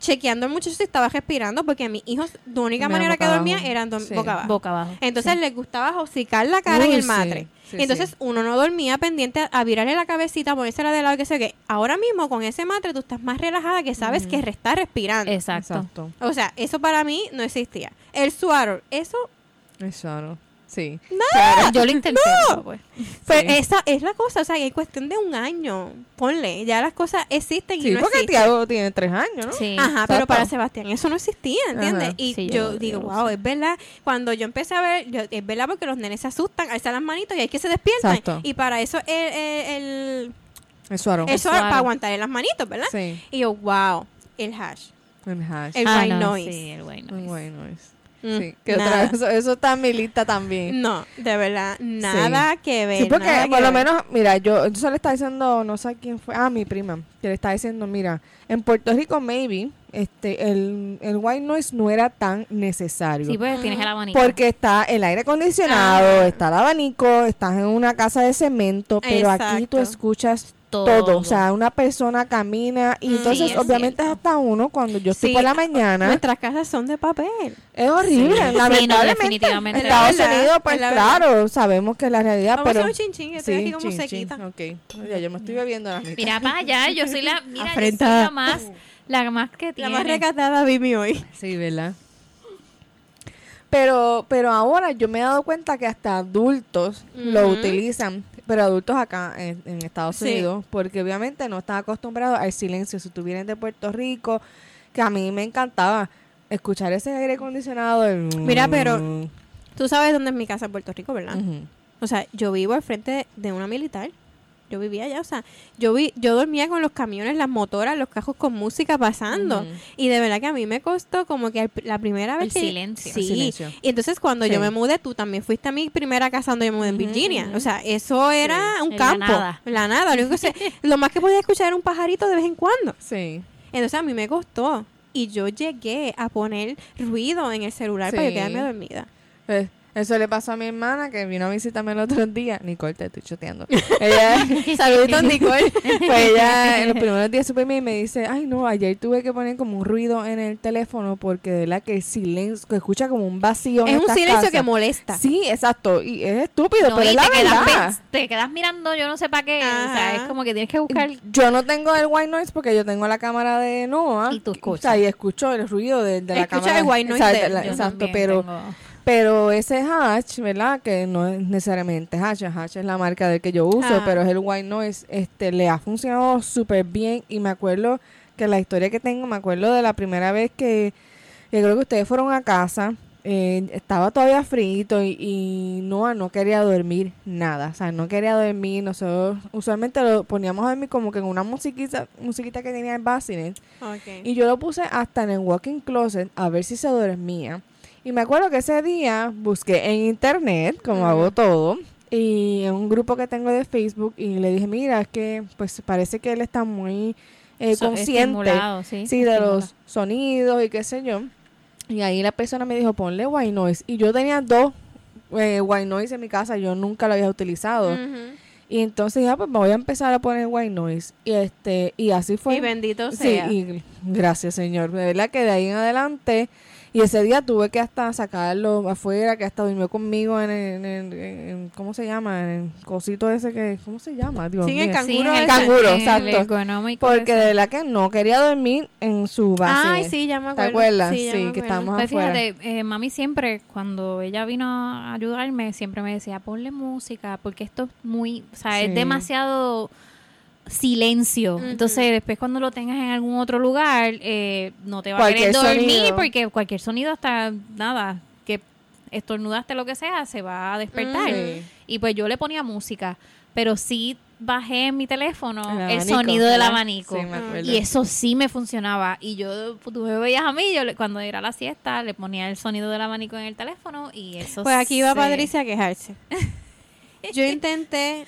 Speaker 1: chequeando al muchacho si estaba respirando, porque a mis hijos, la única
Speaker 3: Dormían
Speaker 1: manera
Speaker 3: boca
Speaker 1: que dormían
Speaker 3: abajo.
Speaker 1: era dorm-
Speaker 3: Sí.
Speaker 1: boca abajo.
Speaker 2: boca abajo.
Speaker 1: Entonces les gustaba josicar la cara
Speaker 3: Uy,
Speaker 1: en el
Speaker 3: sí,
Speaker 1: madre.
Speaker 3: sí,
Speaker 1: Y Entonces
Speaker 3: sí.
Speaker 1: uno no dormía pendiente a- a virarle la cabecita, ponérsela de lado, que sé que ahora mismo con ese madre tú estás más relajada que sabes que re- está respirando.
Speaker 2: Exacto.
Speaker 3: Exacto.
Speaker 1: O sea, eso para mí no existía. El suaro, eso,
Speaker 3: Eso no. Sí.
Speaker 2: Claro, Yo lo intenté. pero, pues.
Speaker 1: pues,
Speaker 3: Sí.
Speaker 1: esa es la cosa, o sea, que es cuestión de un año. Ponle, ya las cosas existen y
Speaker 3: Sí,
Speaker 1: no
Speaker 3: porque
Speaker 1: existen.
Speaker 3: Tiago tiene tres años, ¿no?
Speaker 2: Sí.
Speaker 1: Ajá, pero
Speaker 3: Exacto.
Speaker 1: para Sebastián eso no existía, ¿entiendes?
Speaker 3: Ajá.
Speaker 1: Y
Speaker 2: Sí,
Speaker 1: yo,
Speaker 2: yo-
Speaker 1: digo,
Speaker 2: yo
Speaker 1: wow,
Speaker 2: sé.
Speaker 1: es verdad. Cuando yo empecé a ver, yo- es verdad porque los nenes se asustan, alzan las manitos y hay que se despiertan.
Speaker 3: Exacto.
Speaker 1: Y para eso el, el, el-
Speaker 3: Eso aro.
Speaker 1: el suaro,
Speaker 2: suaro.
Speaker 1: para aguantar en las manitos, ¿verdad?
Speaker 3: Sí.
Speaker 1: Y yo, wow, el hash,
Speaker 3: En hash.
Speaker 1: el
Speaker 2: Ah,
Speaker 1: white
Speaker 2: no,
Speaker 1: noise.
Speaker 2: Sí, el white
Speaker 3: Muy
Speaker 2: noise.
Speaker 3: bueno es.
Speaker 1: Mm,
Speaker 3: Sí. que
Speaker 1: nada.
Speaker 3: otra- eso, eso está en mi lista también.
Speaker 1: No, de verdad, nada que ver.
Speaker 3: Sí, porque
Speaker 1: nada que
Speaker 3: por lo
Speaker 1: ver.
Speaker 3: menos, mira, yo, yo se le estaba diciendo, no sé quién fue, ah, mi prima, que le estaba diciendo, mira, en Puerto Rico, maybe, este, el, el white noise no era tan necesario.
Speaker 2: Sí, pues tienes el abanico.
Speaker 3: porque está el aire
Speaker 1: Ah.
Speaker 3: acondicionado, está el abanico, estás en una casa de cemento, pero aquí tú
Speaker 1: Exacto.
Speaker 3: escuchas todo. O sea, una persona camina y
Speaker 1: Mm.
Speaker 3: entonces,
Speaker 1: Sí, es
Speaker 3: obviamente,
Speaker 2: cierto.
Speaker 3: hasta uno, cuando yo estoy
Speaker 1: Sí, ah,
Speaker 3: por la mañana,
Speaker 1: Nuestras casas son de papel.
Speaker 3: es
Speaker 2: Sí,
Speaker 3: horrible,
Speaker 2: no,
Speaker 3: lamentablemente.
Speaker 2: definitivamente.
Speaker 3: Estados
Speaker 1: Es la verdad,
Speaker 3: Unidos,
Speaker 1: es
Speaker 3: pues
Speaker 1: la verdad.
Speaker 3: claro, sabemos que es la realidad,
Speaker 1: Vamos
Speaker 3: Ah, pero...
Speaker 1: a hacer un chin chin, estoy aquí como
Speaker 3: chin,
Speaker 1: sequita.
Speaker 3: chin, ok. Ya, yo me estoy bebiendo la mitad.
Speaker 2: Mira para allá, yo soy la, mira, yo soy
Speaker 1: Afrentada.
Speaker 2: la más, la más que
Speaker 1: La
Speaker 2: tiene.
Speaker 1: más recatada Vimi hoy.
Speaker 3: Sí, ¿verdad? Pero, pero ahora yo me he dado cuenta que hasta adultos lo
Speaker 1: Ujú.
Speaker 3: utilizan, pero adultos acá en, en Estados
Speaker 1: Sí.
Speaker 3: Unidos, porque obviamente no están acostumbrados al silencio. Si tú vienes de Puerto Rico, que a mí me encantaba escuchar ese aire acondicionado. el- mm,
Speaker 1: Mira, pero- Ah. Tú sabes dónde es mi casa en Puerto Rico, ¿verdad?
Speaker 3: Ujú.
Speaker 1: O sea, yo vivo al frente de, de una militar. Yo vivía allá, o sea, yo vi, yo dormía con los camiones, las motoras, los cajos con música pasando.
Speaker 3: Ujú.
Speaker 1: Y de verdad que a mí me costó como que al- la primera vez
Speaker 2: El
Speaker 1: que-
Speaker 2: silencio.
Speaker 1: Sí.
Speaker 3: El silencio.
Speaker 1: Y entonces cuando
Speaker 3: Sí.
Speaker 1: yo me mudé, tú también fuiste a mi primera casa cuando yo me mudé en
Speaker 3: Ujú,
Speaker 1: Virginia.
Speaker 3: ujú.
Speaker 1: O sea, eso era un
Speaker 2: En la
Speaker 1: campo.
Speaker 2: nada.
Speaker 1: La nada. Lo, único que sé- lo más que podía escuchar era un pajarito de vez en cuando.
Speaker 3: Sí.
Speaker 1: Entonces a mí me costó. Y yo llegué a poner ruido en el celular
Speaker 3: Sí.
Speaker 1: para yo quedarme dormida.
Speaker 3: Eh, Es, Eso le pasó a mi hermana que vino a visitarme el otro día. Nicole, te estoy chuteando. ella, saluditos, Nicole. Pues ella en los primeros días supe y me dice, ay no, ayer tuve que poner como un ruido en el teléfono porque de la que el silencio, que escucha como un vacío. en
Speaker 1: Es un
Speaker 3: estas
Speaker 1: silencio
Speaker 3: casas".
Speaker 1: que molesta.
Speaker 3: Sí, exacto. Y es estúpido,
Speaker 2: No,
Speaker 3: pero
Speaker 2: y
Speaker 3: es la
Speaker 2: te, quedas,
Speaker 3: verdad.
Speaker 2: pens- te quedas mirando, yo no sé para qué. O
Speaker 1: Ajá.
Speaker 2: sea, es como que tienes que buscar.
Speaker 3: Yo no tengo el white noise porque yo tengo la cámara de Noah.
Speaker 2: Y tú escuchas.
Speaker 3: O sea, y escucho el ruido de, de la
Speaker 1: Escuchas
Speaker 3: cámara.
Speaker 1: el white noise
Speaker 3: O sea,
Speaker 1: de él.
Speaker 3: la-
Speaker 2: Yo
Speaker 3: exacto,
Speaker 2: también
Speaker 3: pero, eh,
Speaker 2: tengo-
Speaker 3: pero ese hatch, ¿verdad? Que no es necesariamente hatch, hatch es la marca del que yo uso,
Speaker 1: Ah.
Speaker 3: pero es el white noise. Este, le ha funcionado súper bien y me acuerdo que la historia que tengo, me acuerdo de la primera vez que, que creo que ustedes fueron a casa. eh, estaba todavía frito y, y Noah no quería dormir nada, o sea, no quería dormir, nosotros usualmente lo poníamos a dormir como que en una musiquita, musiquita que tenía ¿eh? el Bassinet
Speaker 1: Ok.
Speaker 3: y yo lo puse hasta en el walking closet a ver si se dormía. Y me acuerdo que ese día busqué en internet, como
Speaker 1: Ujú.
Speaker 3: hago todo, y en un grupo que tengo de Facebook, y le dije, mira, es que pues parece que él está muy eh,
Speaker 2: so-
Speaker 3: consciente
Speaker 2: estimulado, sí,
Speaker 3: sí, de
Speaker 2: estimulado.
Speaker 3: los sonidos y qué sé yo. Y ahí la persona me dijo, ponle white noise. Y yo tenía dos eh, white noise en mi casa, yo nunca lo había utilizado.
Speaker 2: Mm.
Speaker 1: Ujú.
Speaker 3: Y entonces dije, ah, pues me voy a empezar a poner white noise. Y, este, y así fue.
Speaker 1: Y bendito
Speaker 3: Sí,
Speaker 1: sea.
Speaker 3: y gracias, señor. De verdad que de ahí en adelante. Y ese día tuve que hasta sacarlo afuera, que hasta durmió conmigo en el. en el- en- ¿Cómo se llama? En el cosito ese que. ¿Cómo se llama? Dios
Speaker 1: Sí, en el
Speaker 3: mío.
Speaker 1: can-
Speaker 2: Sí,
Speaker 1: canguro
Speaker 2: en
Speaker 1: ese.
Speaker 3: Canguro,
Speaker 2: en el
Speaker 3: exacto.
Speaker 2: ergonómico
Speaker 3: Porque
Speaker 2: ese.
Speaker 3: de verdad que no quería dormir en su base.
Speaker 1: Ay, sí, ya me acuerdo.
Speaker 3: acuerdas?
Speaker 1: ya
Speaker 3: Sí,
Speaker 1: me
Speaker 3: que
Speaker 1: acuerdo.
Speaker 3: estábamos-
Speaker 2: Pues
Speaker 3: afuera.
Speaker 2: fíjate, eh, mami siempre, cuando ella vino a ayudarme, siempre me decía, ponle música, porque esto es muy, o sea,
Speaker 3: Sí.
Speaker 2: es demasiado silencio.
Speaker 1: Ujú.
Speaker 2: Entonces, después cuando lo tengas en algún otro lugar, eh, no te va
Speaker 3: Cualquier
Speaker 2: a querer dormir,
Speaker 3: sonido.
Speaker 2: porque cualquier sonido hasta nada, que estornudaste lo que sea, se va a despertar.
Speaker 3: Sí.
Speaker 2: Y pues yo le ponía música, pero sí bajé en mi teléfono
Speaker 3: El
Speaker 2: el,
Speaker 3: abanico,
Speaker 2: sonido del
Speaker 3: ¿verdad?
Speaker 2: abanico.
Speaker 3: Sí, me acuerdo.
Speaker 2: Y eso sí me funcionaba. Y yo, pues, tú me veías a mí, yo le- cuando era la siesta, le ponía el sonido del abanico en el teléfono y eso
Speaker 1: Pues aquí va
Speaker 2: se-
Speaker 1: Patricia a quejarse. Yo intenté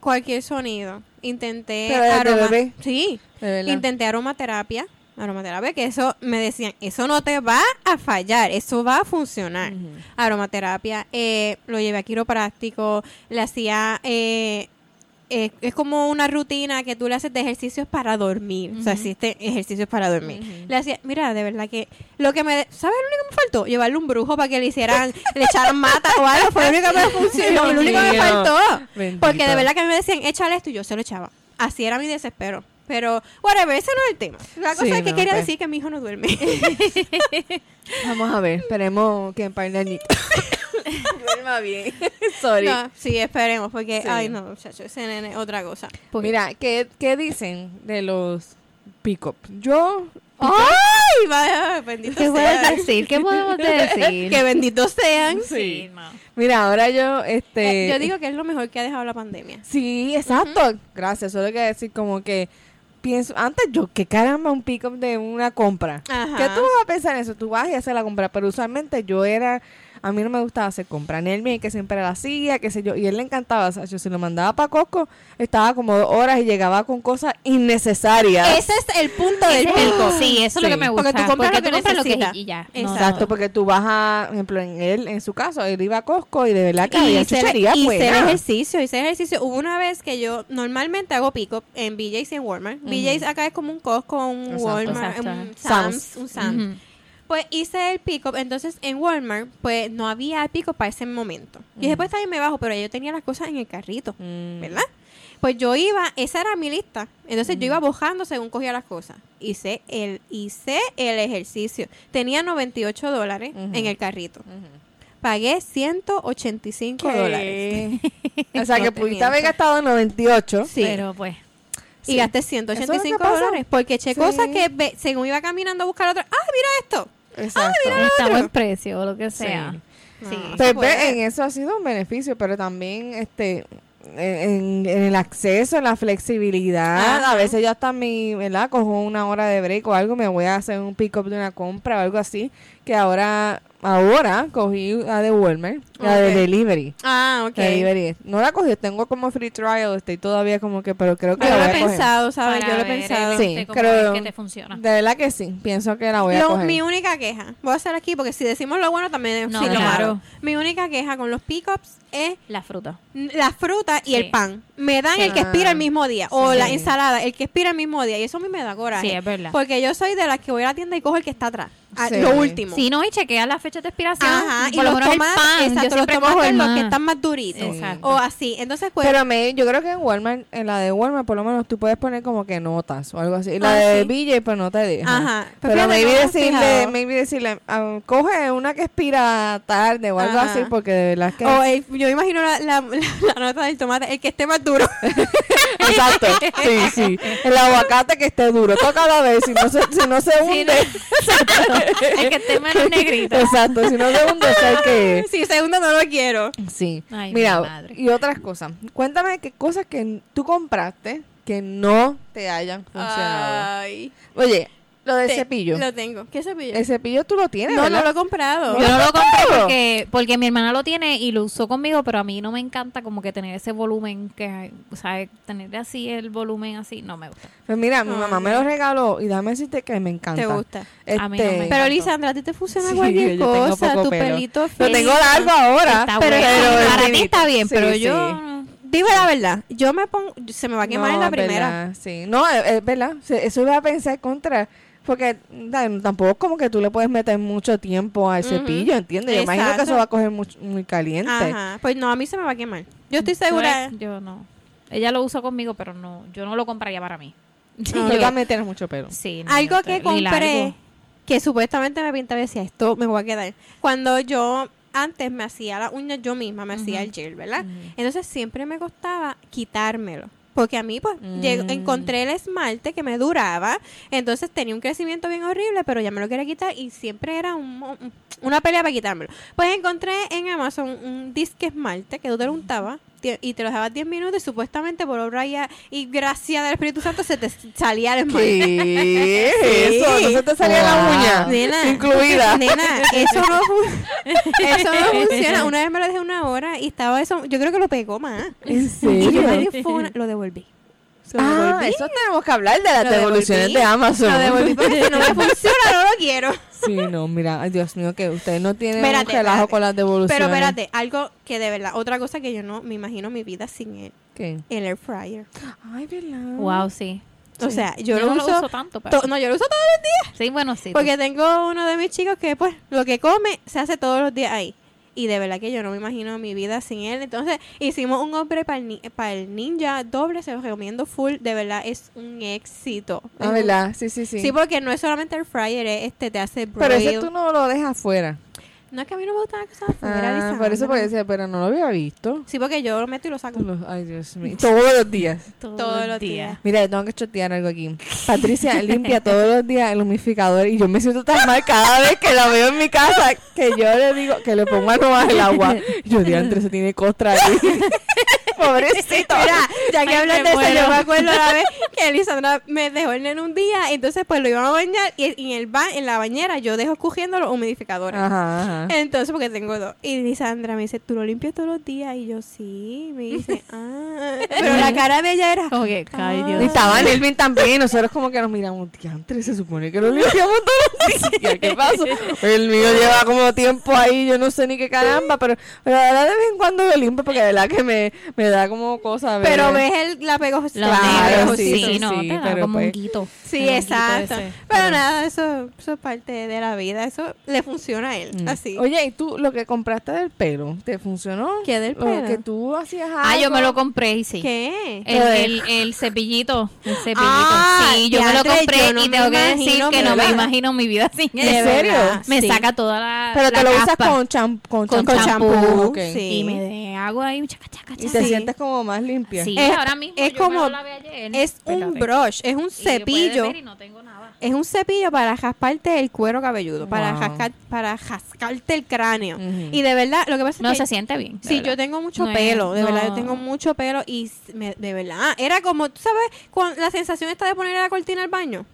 Speaker 1: cualquier sonido. Intenté
Speaker 3: Pero de
Speaker 1: aroma.
Speaker 3: bebé.
Speaker 1: Sí.
Speaker 3: De verdad.
Speaker 1: Intenté aromaterapia. Aromaterapia, que eso me decían, eso no te va a fallar, eso va a funcionar.
Speaker 3: Ujú.
Speaker 1: Aromaterapia, eh, lo llevé a quiropráctico, le hacía. eh, eh, es como una rutina que tú le haces de ejercicios para dormir. O sea,
Speaker 2: Ujú.
Speaker 1: existen ejercicios para dormir.
Speaker 3: Ujú.
Speaker 1: Le hacía, mira, de verdad que lo que me. ¿Sabes lo único que me faltó? Llevarle un brujo para que le hicieran, le echaran mata o algo. Fue lo único que me funcionó,
Speaker 3: Dios
Speaker 1: lo único que me
Speaker 3: mío.
Speaker 1: faltó.
Speaker 3: Bendito.
Speaker 1: Porque de verdad que a mí me decían, échale esto y yo se lo echaba. Así era mi desespero. Pero, whatever, ese no es el tema. La cosa
Speaker 3: Sí,
Speaker 1: es que
Speaker 3: no,
Speaker 1: quería
Speaker 3: pues.
Speaker 1: decir que mi hijo no duerme.
Speaker 3: Vamos a ver, esperemos que en par de añitos duerma bien. Sorry.
Speaker 1: No, sí, esperemos, porque,
Speaker 3: Sí.
Speaker 1: ay, no, muchachos, ese nene es otra cosa.
Speaker 2: Pues-
Speaker 3: Mira, ¿qué, ¿qué dicen de los pick-up? Yo
Speaker 1: ¡Ay! va- bendito
Speaker 2: ¿Qué puedes
Speaker 1: sean.
Speaker 2: decir? ¿Qué podemos decir?
Speaker 1: Que benditos sean.
Speaker 2: Sí, no.
Speaker 3: Mira, ahora yo, este...
Speaker 1: Eh, yo digo que es lo mejor que ha dejado la pandemia.
Speaker 3: Sí, exacto. Gracias. Solo quería decir como que pienso... Antes yo, que caramba, un pick-up de una compra.
Speaker 1: Ajá.
Speaker 3: ¿Qué tú vas a pensar en eso? Tú vas y haces la compra. Pero usualmente yo era... A mí no me gustaba hacer compra. Ni él mío, que siempre la hacía, qué sé yo. Y él le encantaba. O sea, yo si lo mandaba para Costco, estaba como dos horas y llegaba con cosas innecesarias.
Speaker 1: Ese es el punto del
Speaker 2: Ese es el-
Speaker 1: pico.
Speaker 2: sí, eso es lo
Speaker 3: Sí.
Speaker 2: que me
Speaker 1: Porque
Speaker 2: gusta.
Speaker 1: tú compras lo que necesitas.
Speaker 2: y ya. No,
Speaker 1: Exacto.
Speaker 3: Exacto, porque tú vas a, por ejemplo, en él, en su caso, él iba a Costco y de verdad que había
Speaker 1: Y hacer,
Speaker 3: chuchería
Speaker 1: y hacer
Speaker 3: buena.
Speaker 1: ejercicio, y hacer ejercicio. Hubo una vez que yo normalmente hago pico en BJ's y en Walmart.
Speaker 3: Ujú.
Speaker 1: BJ's acá es como un Costco, un
Speaker 3: Exacto.
Speaker 1: Walmart,
Speaker 2: Exacto.
Speaker 1: un
Speaker 3: Sam's.
Speaker 1: Sam's, un
Speaker 2: no.
Speaker 1: Sam's.
Speaker 2: Ujú.
Speaker 1: Pues hice el pick-up, entonces en Walmart, pues no había el pick-up para ese momento. Y
Speaker 3: Ujú.
Speaker 1: después también me bajo, pero ya yo tenía las cosas en el carrito,
Speaker 3: Mm.
Speaker 1: ¿verdad? Pues yo iba, esa era mi lista. Entonces
Speaker 3: Ujú.
Speaker 1: yo iba bojando según cogía las cosas. Hice el, hice el ejercicio. Tenía 98 dólares
Speaker 3: Ujú.
Speaker 1: en el carrito.
Speaker 3: Ujú.
Speaker 1: Pagué 185 dólares.
Speaker 3: O sea,
Speaker 1: No
Speaker 3: que
Speaker 1: te
Speaker 3: pudiste haber
Speaker 1: miento.
Speaker 3: gastado 98.
Speaker 1: Sí.
Speaker 2: Pero pues,
Speaker 1: Y
Speaker 3: Sí.
Speaker 1: gasté
Speaker 3: Eso es lo
Speaker 1: 185
Speaker 3: que pasa.
Speaker 1: dólares. Porque eché
Speaker 3: Sí.
Speaker 1: cosas que ve- según iba caminando a buscar otra. ¡Ah, mira esto!
Speaker 3: Exacto.
Speaker 2: está a buen precio o lo que sea.
Speaker 1: No,
Speaker 2: Sí.
Speaker 1: no se
Speaker 3: Pues ve,
Speaker 1: puede.
Speaker 3: en eso ha sido un beneficio, pero también este en, en el acceso, en la flexibilidad.
Speaker 1: Ajá.
Speaker 3: A veces yo hasta mi, ¿verdad? Cojo una hora de break o algo, me voy a hacer un pick-up de una compra o algo así, que ahora, ahora cogí la de Walmart, la de
Speaker 1: Ok.
Speaker 3: delivery.
Speaker 1: Ah, ok.
Speaker 3: Delivery. No la cogí, tengo como free trial, estoy todavía como que, pero creo que
Speaker 1: Yo
Speaker 3: la
Speaker 1: lo he
Speaker 3: voy a coger.
Speaker 1: pensado, ¿sabes?
Speaker 2: Para
Speaker 1: Yo lo he
Speaker 2: ver,
Speaker 1: pensado.
Speaker 3: Sí,
Speaker 2: este, cómo
Speaker 3: creo-
Speaker 2: es que te funciona.
Speaker 3: De verdad que sí, pienso que la voy a
Speaker 1: Lo-
Speaker 3: coger.
Speaker 1: mi única queja, voy a hacer aquí porque si decimos lo bueno también decimos
Speaker 2: No,
Speaker 1: lo
Speaker 3: claro.
Speaker 1: malo. Mi única queja con los pickups es
Speaker 2: La fruta.
Speaker 1: n- la fruta y
Speaker 2: Sí.
Speaker 1: el pan. Me dan
Speaker 2: Sí.
Speaker 1: el que expira el mismo día o
Speaker 3: Sí.
Speaker 1: la ensalada, el que expira el mismo día y eso a mí me da coraje.
Speaker 2: Sí, es verdad.
Speaker 1: Porque yo soy de las que voy a la tienda y cojo el que está atrás, a-
Speaker 3: Sí.
Speaker 1: lo último.
Speaker 2: Sí, no, y chequea la fecha de expiración.
Speaker 1: Ajá, y
Speaker 2: por lo
Speaker 1: los
Speaker 2: menos el
Speaker 1: tomates,
Speaker 2: pan.
Speaker 1: exacto,
Speaker 2: yo
Speaker 1: los
Speaker 2: siempre cojo
Speaker 1: tomates
Speaker 2: el
Speaker 1: los que
Speaker 2: pan.
Speaker 1: están más duritos
Speaker 2: Exacto.
Speaker 1: o así. Entonces pues
Speaker 3: pero me, yo creo que en Walmart, en la de Walmart, por lo menos tú puedes poner como que notas o algo así. Y la
Speaker 1: Ah,
Speaker 3: de
Speaker 1: sí.
Speaker 3: BJ, pues no te deja.
Speaker 1: Ajá. Pues
Speaker 3: Pero,
Speaker 1: Fíjate,
Speaker 3: maybe,
Speaker 1: no me he
Speaker 3: decirle,
Speaker 1: fijado.
Speaker 3: maybe decirle, ah, coge una que expira tarde o algo
Speaker 1: Ajá.
Speaker 3: así, porque de verdad que.
Speaker 1: o el- yo imagino la, la- la- la nota del tomate, el que esté más duro.
Speaker 3: Exacto, sí, sí. El aguacate que esté duro. Toca la vez, si no se, si no se
Speaker 2: Sí,
Speaker 3: hunde.
Speaker 2: no. Exacto. El que esté menos negrito.
Speaker 3: Exacto, si no se hunde, es el que.
Speaker 1: si segundo no lo quiero.
Speaker 3: Sí.
Speaker 2: Ay,
Speaker 3: Mira,
Speaker 2: mi madre.
Speaker 3: y otras cosas. Cuéntame qué cosas que tú compraste que no te hayan
Speaker 1: Ah,
Speaker 3: funcionado.
Speaker 1: Ay.
Speaker 3: Oye, lo del
Speaker 1: Te-
Speaker 3: cepillo.
Speaker 1: Lo tengo. ¿Qué cepillo?
Speaker 3: El cepillo tú lo tienes,
Speaker 1: no,
Speaker 3: ¿verdad?
Speaker 1: no lo he comprado.
Speaker 2: Yo no lo compré
Speaker 3: comprado?
Speaker 2: porque, porque mi hermana lo tiene y lo usó conmigo, pero a mí no me encanta como que tener ese volumen que hay, o sea, tener así el volumen así, no me gusta.
Speaker 3: Pues mira, mi
Speaker 1: Ah,
Speaker 3: mamá me
Speaker 1: ok.
Speaker 3: lo regaló y dame decirte que me encanta.
Speaker 1: Te gusta.
Speaker 3: Este,
Speaker 2: A mí no me encanta.
Speaker 1: Pero
Speaker 2: Exacto.
Speaker 1: Lisandra, a ti te funciona
Speaker 3: Sí,
Speaker 1: cualquier
Speaker 3: yo tengo
Speaker 1: cosa,
Speaker 3: poco
Speaker 1: tu
Speaker 3: pelo.
Speaker 1: pelito es
Speaker 3: lo
Speaker 1: fino.
Speaker 3: tengo largo ahora,
Speaker 2: está
Speaker 3: Ah, pero,
Speaker 2: bueno.
Speaker 3: pero es
Speaker 2: para ti está
Speaker 3: finito.
Speaker 2: bien,
Speaker 3: Sí,
Speaker 2: pero
Speaker 3: sí.
Speaker 2: yo
Speaker 1: Dime la verdad, yo me pongo, se me va a quemar en
Speaker 3: No,
Speaker 1: la
Speaker 3: es
Speaker 1: primera.
Speaker 3: verdad, sí. No, es, es verdad. Sí, Eso iba a pensar contra. Porque da, tampoco es como que tú le puedes meter mucho tiempo al
Speaker 1: Ujú.
Speaker 3: cepillo, ¿entiendes? Yo imagino que
Speaker 1: Exacto.
Speaker 3: eso va a coger much- muy caliente.
Speaker 1: Ajá. Pues no, a mí se me va a quemar. Yo estoy
Speaker 2: yo-
Speaker 1: segura.
Speaker 2: pues, Yo, no. Ella lo usó conmigo, pero no, yo no lo compraría para mí.
Speaker 3: Tú también tienes mucho pelo.
Speaker 2: Sí, no,
Speaker 1: Algo
Speaker 2: yo
Speaker 1: que
Speaker 2: estoy- y
Speaker 1: compré
Speaker 2: largo.
Speaker 1: que supuestamente me pintaba y decía, esto me voy a quedar. Cuando yo antes me hacía las uñas yo misma, me hacía
Speaker 2: Ujú.
Speaker 1: el gel, ¿verdad?
Speaker 2: Ujú.
Speaker 1: Entonces siempre me costaba quitármelo. Porque a mí, pues, llegó-
Speaker 3: Mm.
Speaker 1: encontré el esmalte que me duraba. Entonces tenía un crecimiento bien horrible, pero ya me lo quería quitar y siempre era un mo- un- una pelea para quitármelo. Pues encontré en Amazon un disque esmalte que tú te lo untabas ti- y te lo dejabas 10 minutos y supuestamente por obra y, a- y gracia del Espíritu Santo se te salía el esmalte.
Speaker 3: ¿Qué?
Speaker 1: Sí.
Speaker 3: Eso, no se te salía
Speaker 2: Wow.
Speaker 3: la uña.
Speaker 1: Nena,
Speaker 3: Incluida.
Speaker 1: Nena, eso no, fun- eso no funciona. Una vez me lo dejé una hora y estaba eso. Yo creo que lo pegó más.
Speaker 3: ¿En
Speaker 1: Y yo
Speaker 3: serio?
Speaker 1: me dio funa, lo devolví. Se lo
Speaker 3: Ah,
Speaker 1: devolví.
Speaker 3: eso tenemos que hablar de las
Speaker 1: Lo
Speaker 3: devoluciones
Speaker 1: devolví.
Speaker 3: de Amazon.
Speaker 1: Lo devolví porque si no me funciona, no lo quiero.
Speaker 3: Sí, no, mira, ay Dios mío, que ustedes no tienen un
Speaker 1: Espérate,
Speaker 3: relajo
Speaker 1: espérate.
Speaker 3: con las devoluciones.
Speaker 1: Pero espérate, algo que de verdad, otra cosa que yo no me imagino mi vida sin el,
Speaker 3: ¿Qué?
Speaker 1: el air fryer.
Speaker 3: Ay, verdad.
Speaker 2: Wow, sí.
Speaker 1: O
Speaker 3: Sí.
Speaker 1: sea, yo,
Speaker 2: no
Speaker 1: lo uso.
Speaker 2: tanto, pero
Speaker 1: to- no, yo lo uso todos los días.
Speaker 2: sí, bueno, sí.
Speaker 1: Porque tengo uno de mis chicos que, pues, lo que come se hace todos los días ahí. Y de verdad que yo no me imagino mi vida sin él. Entonces, hicimos un hombre para el, ni- para el ninja doble, se los recomiendo full. De verdad, es un éxito.
Speaker 3: Ah, verdad, sí, sí, sí.
Speaker 1: Sí, porque no es solamente el fryer, es este te hace
Speaker 3: pero ese
Speaker 1: broil.
Speaker 3: tú no lo dejas afuera.
Speaker 1: No es que a mí no me gustan las cosas afuera,
Speaker 3: Ah,
Speaker 1: Lisandra.
Speaker 3: por eso puede ser, pero no lo había visto.
Speaker 1: Sí, porque yo lo meto y lo saco
Speaker 3: Los- Ay, Dios mío. Todos los días.
Speaker 1: todos los días.
Speaker 3: Mira, tengo que chotear algo aquí. Patricia limpia todos los días el humificador y yo me siento tan mal cada vez que la veo en mi casa que yo le digo que le pongo a nomás el agua. Yo digo, entre eso tiene costra ahí. Pobrecito.
Speaker 1: Mira, ya que
Speaker 2: Ay,
Speaker 1: hablan
Speaker 2: me
Speaker 1: de eso,
Speaker 2: muero.
Speaker 1: yo me acuerdo la vez que Lisandra me dejó el nene un día, entonces pues lo iban a bañar y y en el ba en la bañera yo dejo cogiendo los humidificadores.
Speaker 3: Ajá, ajá.
Speaker 1: Entonces, porque tengo dos. Y Lisandra me dice, ¿tú lo limpias todos los días? Y yo, sí. Me dice, ah. Pero la cara de ella era, "Ah".
Speaker 2: Ok, ay, Dios.
Speaker 3: Y estaba Nelvin también, nosotros como que nos miramos, diantre, se supone que lo limpiamos todos los días, ¿qué pasa? El mío lleva como tiempo ahí, yo no sé ni qué caramba, pero, pero ahora de vez en cuando lo limpio porque de verdad que me, me da como cosa ver.
Speaker 1: pero ves el, la pegosa.
Speaker 2: Lo
Speaker 3: Claro,
Speaker 2: negro,
Speaker 3: sí,
Speaker 2: sí,
Speaker 3: sí,
Speaker 2: no,
Speaker 3: sí,
Speaker 2: te da
Speaker 3: pero
Speaker 2: como
Speaker 3: pues-
Speaker 2: un guito.
Speaker 1: Sí,
Speaker 2: el honguito
Speaker 1: exacto.
Speaker 2: ese.
Speaker 1: Pero nada, eso, eso es parte de la vida. Eso le funciona a él.
Speaker 3: Mm.
Speaker 1: Así.
Speaker 3: Oye, ¿y tú lo que compraste del pelo, te funcionó?
Speaker 1: ¿Qué del
Speaker 3: Lo
Speaker 1: pelo?
Speaker 3: que tú hacías
Speaker 2: Ah, yo me lo
Speaker 3: algo.
Speaker 2: compré y sí.
Speaker 1: ¿Qué?
Speaker 2: El, el, el cepillito, el cepillito.
Speaker 1: Ah,
Speaker 2: sí, yo me lo
Speaker 1: diantre,
Speaker 2: compré
Speaker 1: yo no
Speaker 2: y
Speaker 1: me
Speaker 2: tengo que decir
Speaker 1: imagino
Speaker 2: que
Speaker 1: mi
Speaker 2: no me
Speaker 1: vida.
Speaker 2: imagino mi vida sin
Speaker 3: ¿En
Speaker 2: él.
Speaker 3: serio?
Speaker 1: verdad,
Speaker 2: Me
Speaker 1: sí.
Speaker 2: saca toda la
Speaker 3: Pero
Speaker 2: la
Speaker 3: te lo usas
Speaker 2: caspa.
Speaker 3: con, champ con,
Speaker 2: Con
Speaker 3: champú.
Speaker 2: champú,
Speaker 3: ok.
Speaker 1: sí.
Speaker 2: y me de hago ahí chaca chaca
Speaker 3: Y
Speaker 2: chaca.
Speaker 3: te
Speaker 1: Sí.
Speaker 3: sientes como más limpia.
Speaker 2: Sí,
Speaker 1: Es-
Speaker 2: ahora mismo
Speaker 1: es
Speaker 2: yo me lo
Speaker 1: como-
Speaker 2: lavé ayer.
Speaker 1: Es un
Speaker 2: Espérate.
Speaker 1: brush, es un
Speaker 2: este Y yo puedo
Speaker 1: cepillo.
Speaker 2: ver y no tengo nada.
Speaker 1: Es un cepillo para rasparte el cuero cabelludo, para,
Speaker 3: Wow.
Speaker 1: jascar- para jascarte el cráneo.
Speaker 3: Ujú.
Speaker 1: Y de verdad, lo que pasa
Speaker 2: No
Speaker 1: es que...
Speaker 2: se siente bien. de
Speaker 1: Sí,
Speaker 2: verdad.
Speaker 1: yo tengo mucho
Speaker 2: No es-
Speaker 1: pelo, de verdad, yo
Speaker 2: no.
Speaker 1: tengo mucho pelo y s- me- de verdad, era como, ¿tú sabes? Cuando la sensación está de poner la cortina al baño,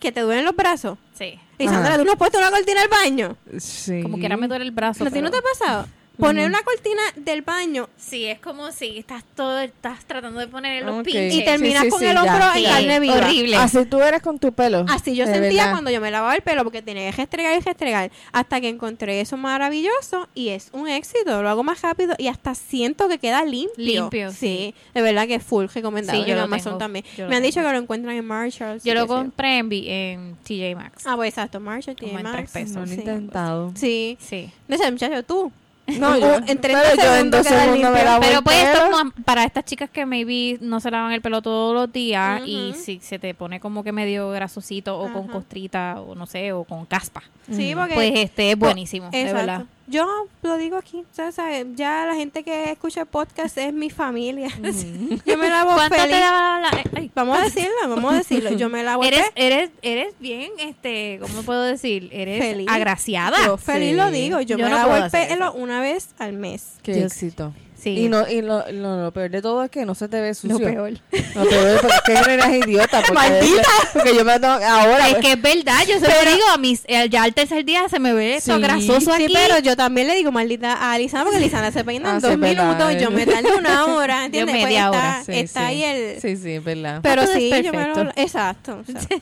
Speaker 1: que te duelen los brazos.
Speaker 2: Sí.
Speaker 1: Y Sandra,
Speaker 3: Ajá.
Speaker 1: ¿tú no has puesto una cortina al baño?
Speaker 3: Sí.
Speaker 2: Como quiera me duele el brazo.
Speaker 1: ¿A ti no te
Speaker 2: pero-
Speaker 1: ha pasado? Poner una cortina del baño
Speaker 2: Sí, es como si estás todo, estás tratando de ponerle los
Speaker 3: Ok.
Speaker 2: pinches.
Speaker 1: y
Speaker 3: Sí,
Speaker 1: terminas
Speaker 3: sí,
Speaker 1: con
Speaker 3: sí,
Speaker 1: el
Speaker 3: ya,
Speaker 1: hombro en
Speaker 2: claro.
Speaker 1: carne viva.
Speaker 2: Horrible.
Speaker 3: Así tú eres con tu pelo.
Speaker 1: Así yo
Speaker 3: de
Speaker 1: sentía
Speaker 3: verdad.
Speaker 1: cuando yo me lavaba el pelo porque tenía que restregar y restregar hasta que encontré eso maravilloso y es un éxito, lo hago más rápido y hasta siento que queda limpio.
Speaker 2: Limpio,
Speaker 1: sí. De verdad que full recomendado.
Speaker 2: Sí, yo
Speaker 1: yo en
Speaker 2: lo
Speaker 1: Amazon
Speaker 2: tengo,
Speaker 1: también.
Speaker 2: yo lo
Speaker 1: me han dicho
Speaker 2: tengo.
Speaker 1: que lo encuentran en Marshalls. y
Speaker 2: Yo lo
Speaker 1: qué sé
Speaker 2: compré en, vi- en TJ Maxx.
Speaker 1: Ah, pues exacto, Marshall tiene
Speaker 2: Como en
Speaker 1: más.
Speaker 2: tres pesos.
Speaker 3: No lo he
Speaker 1: Sí.
Speaker 3: intentado.
Speaker 1: Sí.
Speaker 2: Sí.
Speaker 1: No sé, muchacho, tú.
Speaker 3: No,
Speaker 1: Un-
Speaker 3: yo.
Speaker 1: en 30
Speaker 3: pero yo en
Speaker 1: segundos
Speaker 3: dos
Speaker 1: queda
Speaker 3: segundos me
Speaker 1: limpio.
Speaker 3: lavo
Speaker 2: Pero
Speaker 3: el
Speaker 2: pues esto
Speaker 3: pelo.
Speaker 2: es como para estas chicas que maybe no se lavan el pelo todos los días y
Speaker 1: Ujú.
Speaker 2: si se te pone como que medio grasosito o con
Speaker 1: Ajá.
Speaker 2: costrita o no sé, o con caspa.
Speaker 1: Sí, porque
Speaker 2: Pues este es buenísimo, de
Speaker 1: Exacto.
Speaker 2: verdad.
Speaker 1: Yo lo digo aquí, o sea, sabe, ya la gente que escucha el podcast es mi familia. Yo me lavo
Speaker 2: ¿Cuánto
Speaker 1: Pues, feliz.
Speaker 2: te daba la- eh, ay,
Speaker 1: Vamos a decirlo, vamos a decirlo. Yo me lavo el
Speaker 2: eres,
Speaker 1: pelo.
Speaker 2: eres, eres bien, este, ¿cómo puedo decir? Eres
Speaker 1: Feliz.
Speaker 2: agraciada.
Speaker 1: Yo feliz lo digo, yo,
Speaker 2: Yo
Speaker 1: me
Speaker 2: no
Speaker 1: lavo
Speaker 2: puedo
Speaker 1: el
Speaker 2: hacer
Speaker 1: pelo
Speaker 2: eso.
Speaker 1: una vez al mes.
Speaker 3: Qué
Speaker 2: Yo-
Speaker 3: éxito.
Speaker 2: Sí.
Speaker 3: Y, no, y lo, lo- lo peor de todo es que no se te ve sucio.
Speaker 2: lo peor.
Speaker 3: No te ve, porque es que no eres idiota. Porque
Speaker 1: ¡Maldita!
Speaker 3: Porque yo me tengo. Ahora. pues.
Speaker 2: Es que es verdad, yo se lo digo a mis, eh, ya al tercer día se me ve esto
Speaker 3: Sí.
Speaker 2: grasoso
Speaker 1: Sí,
Speaker 2: aquí.
Speaker 1: pero yo también le digo maldita a Alisana porque Alisana se peina
Speaker 3: Ah,
Speaker 1: en
Speaker 3: sí,
Speaker 1: dos
Speaker 3: es verdad,
Speaker 1: minutos,
Speaker 3: es
Speaker 1: yo me tardo una hora, ¿entiendes? Pues
Speaker 2: media
Speaker 1: está,
Speaker 2: hora,
Speaker 3: Sí,
Speaker 1: está
Speaker 3: sí.
Speaker 1: ahí el...
Speaker 3: Sí, sí, es verdad.
Speaker 1: Pero
Speaker 2: Todo es
Speaker 1: sí, yo me
Speaker 2: perfecto.
Speaker 1: lo- Exacto. o sea,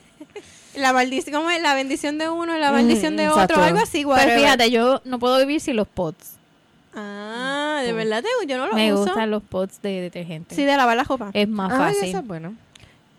Speaker 1: la, maldición, ¿cómo es? la bendición de uno, la
Speaker 3: Mm,
Speaker 1: bendición de
Speaker 3: exacto.
Speaker 1: otro, algo así,
Speaker 2: Pero
Speaker 1: güey.
Speaker 2: Pues fíjate, yo no puedo vivir sin los pots.
Speaker 1: Ah, de verdad, te, yo no lo
Speaker 2: Me
Speaker 1: uso.
Speaker 2: gustan los pots de detergente.
Speaker 1: Sí, de lavar la ropa.
Speaker 2: Es más
Speaker 3: Ah,
Speaker 2: fácil.
Speaker 3: eso es bueno.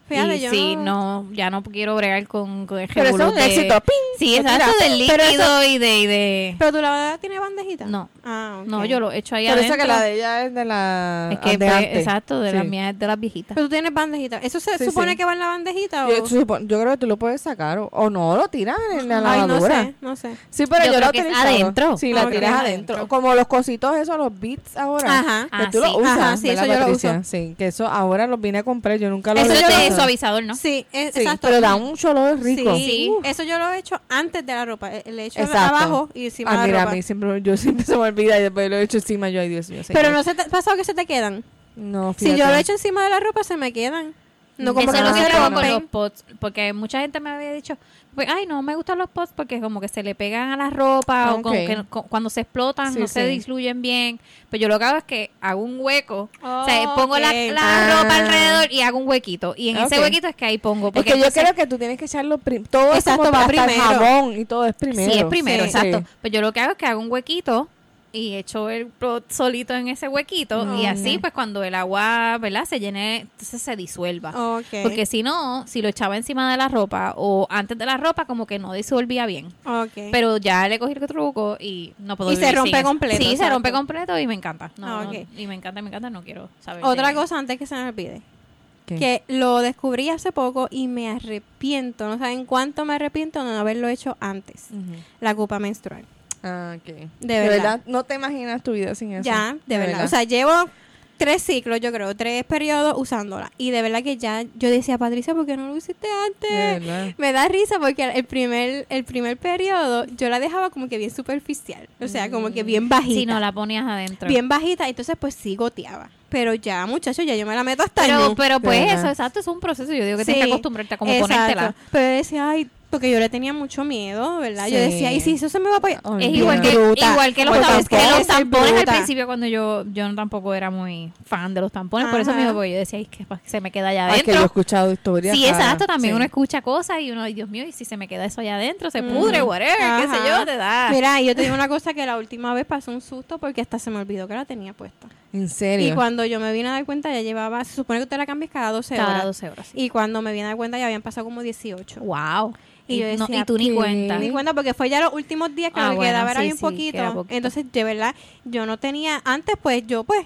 Speaker 1: Fíjate,
Speaker 2: y
Speaker 1: yo
Speaker 2: sí, no, ya no quiero bregar con, con el
Speaker 3: Pero eso es
Speaker 2: revolú
Speaker 3: un
Speaker 2: de-
Speaker 3: éxito. ¡Ping!
Speaker 2: Sí,
Speaker 3: Lo
Speaker 2: exacto,
Speaker 3: tiraste.
Speaker 2: del líquido
Speaker 3: Pero
Speaker 2: y de... y de-
Speaker 1: Pero tu lavadora tiene bandejita.
Speaker 2: No,
Speaker 1: Ah, ok.
Speaker 2: no, yo lo echo ahí
Speaker 3: Por eso
Speaker 2: adentro.
Speaker 3: que la de ella es de la.
Speaker 2: es que
Speaker 3: de
Speaker 1: pues,
Speaker 2: fue-
Speaker 3: antes.
Speaker 2: exacto, de, la
Speaker 3: Sí.
Speaker 2: mía, de las viejitas.
Speaker 1: Pero tú tienes bandejita. ¿Eso se
Speaker 3: Sí,
Speaker 1: supone
Speaker 3: sí.
Speaker 1: que va en la bandejita o...?
Speaker 3: Yo, supo- yo creo que tú lo puedes sacar o, o no lo tiras en la
Speaker 1: Ay, no
Speaker 3: lavadora.
Speaker 1: sé, no sé.
Speaker 3: Sí,
Speaker 2: Yo
Speaker 3: pero yo,
Speaker 2: creo
Speaker 3: lo
Speaker 2: que es
Speaker 3: utilizaba.
Speaker 2: adentro.
Speaker 3: Sí,
Speaker 1: Ah,
Speaker 3: la
Speaker 1: ok.
Speaker 3: tiras adentro. Como los cositos esos, los beats ahora.
Speaker 1: Ajá.
Speaker 3: Que
Speaker 2: Ah,
Speaker 3: tú los
Speaker 2: sí.
Speaker 3: usas,
Speaker 1: Ajá, sí,
Speaker 3: ¿verdad,
Speaker 1: eso yo lo
Speaker 3: Patricia?
Speaker 1: uso.
Speaker 3: Sí, que eso ahora los vine a comprar. Yo nunca los
Speaker 2: Eso
Speaker 1: Eso
Speaker 3: he
Speaker 1: yo
Speaker 2: es de
Speaker 3: usado.
Speaker 2: suavizador, ¿no?
Speaker 1: Sí, es-
Speaker 3: Sí,
Speaker 1: exacto.
Speaker 3: pero da un olor rico.
Speaker 1: Sí,
Speaker 2: Sí.
Speaker 1: Uf. eso yo lo he hecho antes de la ropa. eh, Le he hecho
Speaker 3: Exacto.
Speaker 1: abajo y encima
Speaker 3: Ah,
Speaker 1: de
Speaker 3: mira,
Speaker 1: la
Speaker 3: a
Speaker 1: ropa.
Speaker 3: mí siempre, yo siempre se me olvida y después lo he hecho encima. Yo, ay, Dios mío, señor.
Speaker 1: Pero no se te ha pasado que se te quedan.
Speaker 3: No,
Speaker 1: Si
Speaker 3: fíjate.
Speaker 1: yo lo he hecho encima de la ropa, se me quedan. No como
Speaker 2: Eso
Speaker 1: que
Speaker 2: es lo
Speaker 1: no
Speaker 2: que
Speaker 1: se
Speaker 2: yo hago con los
Speaker 1: rompen.
Speaker 2: pots, porque mucha gente me había dicho, pues, ay, no me gustan los pots porque como que se le pegan a la ropa
Speaker 3: Ah,
Speaker 2: o como
Speaker 3: ok.
Speaker 2: que no- co- cuando se explotan
Speaker 3: Sí,
Speaker 2: no se
Speaker 3: sí.
Speaker 2: diluyen bien. Pero yo lo que hago es que hago un hueco, o sea,
Speaker 1: Ok.
Speaker 2: pongo la, la
Speaker 3: Ah.
Speaker 2: ropa alrededor y hago un huequito. Y en ese
Speaker 3: Ok.
Speaker 2: huequito es que ahí pongo.
Speaker 3: Es
Speaker 2: Porque
Speaker 3: que yo
Speaker 2: entonces-
Speaker 3: creo que tú tienes que echarlo prim- todo es
Speaker 1: Exacto,
Speaker 3: como
Speaker 1: va
Speaker 3: hasta el
Speaker 1: primero.
Speaker 3: jabón y todo es primero.
Speaker 2: Sí, es primero,
Speaker 1: Sí.
Speaker 2: exacto.
Speaker 3: Sí.
Speaker 2: Pues yo lo que hago es que hago un huequito y echo el pot solito en ese huequito y
Speaker 1: Ok.
Speaker 2: así pues cuando el agua, ¿verdad? Se llene, entonces se disuelva.
Speaker 1: Ok.
Speaker 2: Porque si no, si lo echaba encima de la ropa o antes de la ropa, como que no disolvía bien.
Speaker 1: Ok.
Speaker 2: Pero ya le cogí el truco y no puedo
Speaker 1: Y se
Speaker 2: vivir sin
Speaker 1: rompe
Speaker 2: eso.
Speaker 1: completo,
Speaker 2: Sí, se
Speaker 1: exacto.
Speaker 2: rompe completo y me encanta. No,
Speaker 1: Ah,
Speaker 2: no,
Speaker 1: ok.
Speaker 2: y me encanta, me encanta, no quiero saber.
Speaker 1: Otra
Speaker 2: de-
Speaker 1: cosa antes que se me olvide.
Speaker 3: ¿Qué?
Speaker 1: Que lo descubrí hace poco y me arrepiento. No saben cuánto me arrepiento de no haberlo hecho antes.
Speaker 3: Ujú.
Speaker 1: La copa menstrual.
Speaker 3: Ah, ok. De
Speaker 1: verdad.
Speaker 3: no te imaginas tu vida sin eso.
Speaker 1: Ya, de, verdad. O sea, llevo tres ciclos, yo creo, tres periodos usándola. Y de verdad que ya yo decía, Patricia, ¿por qué no lo hiciste antes?
Speaker 3: de verdad.
Speaker 1: Me da risa porque el primer, el primer periodo yo la dejaba como que bien superficial. O sea, como que bien bajita.
Speaker 2: Si Mm. no la ponías adentro.
Speaker 1: bien bajita. Entonces, pues sí goteaba. Pero ya, muchachos, ya yo me la meto hasta
Speaker 2: Pero,
Speaker 1: allí.
Speaker 2: pero pues
Speaker 3: Ajá.
Speaker 2: eso, exacto, es un proceso. Yo digo que
Speaker 1: Sí,
Speaker 2: tienes que acostumbrarte a como
Speaker 1: exacto.
Speaker 2: ponértela.
Speaker 1: Pero yo decía, ay, porque yo le tenía mucho miedo, ¿verdad? Yo
Speaker 3: Sí.
Speaker 1: decía, y si eso se me va a apoyar.
Speaker 3: Ay,
Speaker 2: Es
Speaker 3: Bien
Speaker 2: igual que,
Speaker 1: bruta.
Speaker 2: igual que los,
Speaker 1: Pues
Speaker 2: tampones, que
Speaker 1: tampoco
Speaker 2: los
Speaker 1: soy
Speaker 2: tampones al
Speaker 1: bruta.
Speaker 2: principio cuando yo yo tampoco era muy fan de los tampones, por eso
Speaker 1: Ajá.
Speaker 2: mismo porque yo decía, "Ay, que pa- se me queda allá
Speaker 3: Ah, que yo he
Speaker 2: adentro.
Speaker 3: escuchado historias.
Speaker 2: Sí,
Speaker 3: raras.
Speaker 2: exacto, también
Speaker 3: Sí.
Speaker 2: uno escucha cosas y uno, "Ay, Dios mío, y si se me queda eso allá adentro, se
Speaker 1: Mm.
Speaker 2: pudre, whatever, qué sé
Speaker 1: Ajá.
Speaker 2: yo, te da.
Speaker 1: Mira, y yo te digo una cosa que la última vez pasó un susto porque hasta se me olvidó que la tenía puesta.
Speaker 3: En serio.
Speaker 1: Y cuando yo me vine a dar cuenta ya llevaba, se supone que usted la cambias cada 12
Speaker 2: Cada
Speaker 1: horas.
Speaker 2: 12 horas.
Speaker 1: Y cuando me vine a dar cuenta ya habían pasado como 18.
Speaker 2: wow.
Speaker 1: Y yo
Speaker 2: no-
Speaker 1: decía,
Speaker 2: y tú ni
Speaker 3: "¿Qué?".
Speaker 2: cuenta.
Speaker 1: Ni cuenta porque fue ya los últimos días que
Speaker 2: Ah,
Speaker 1: me
Speaker 2: bueno,
Speaker 1: quedaba era
Speaker 2: sí,
Speaker 1: bien
Speaker 2: sí, queda
Speaker 1: poquito.
Speaker 2: poquito.
Speaker 1: Entonces, de verdad, yo no tenía, antes pues yo pues,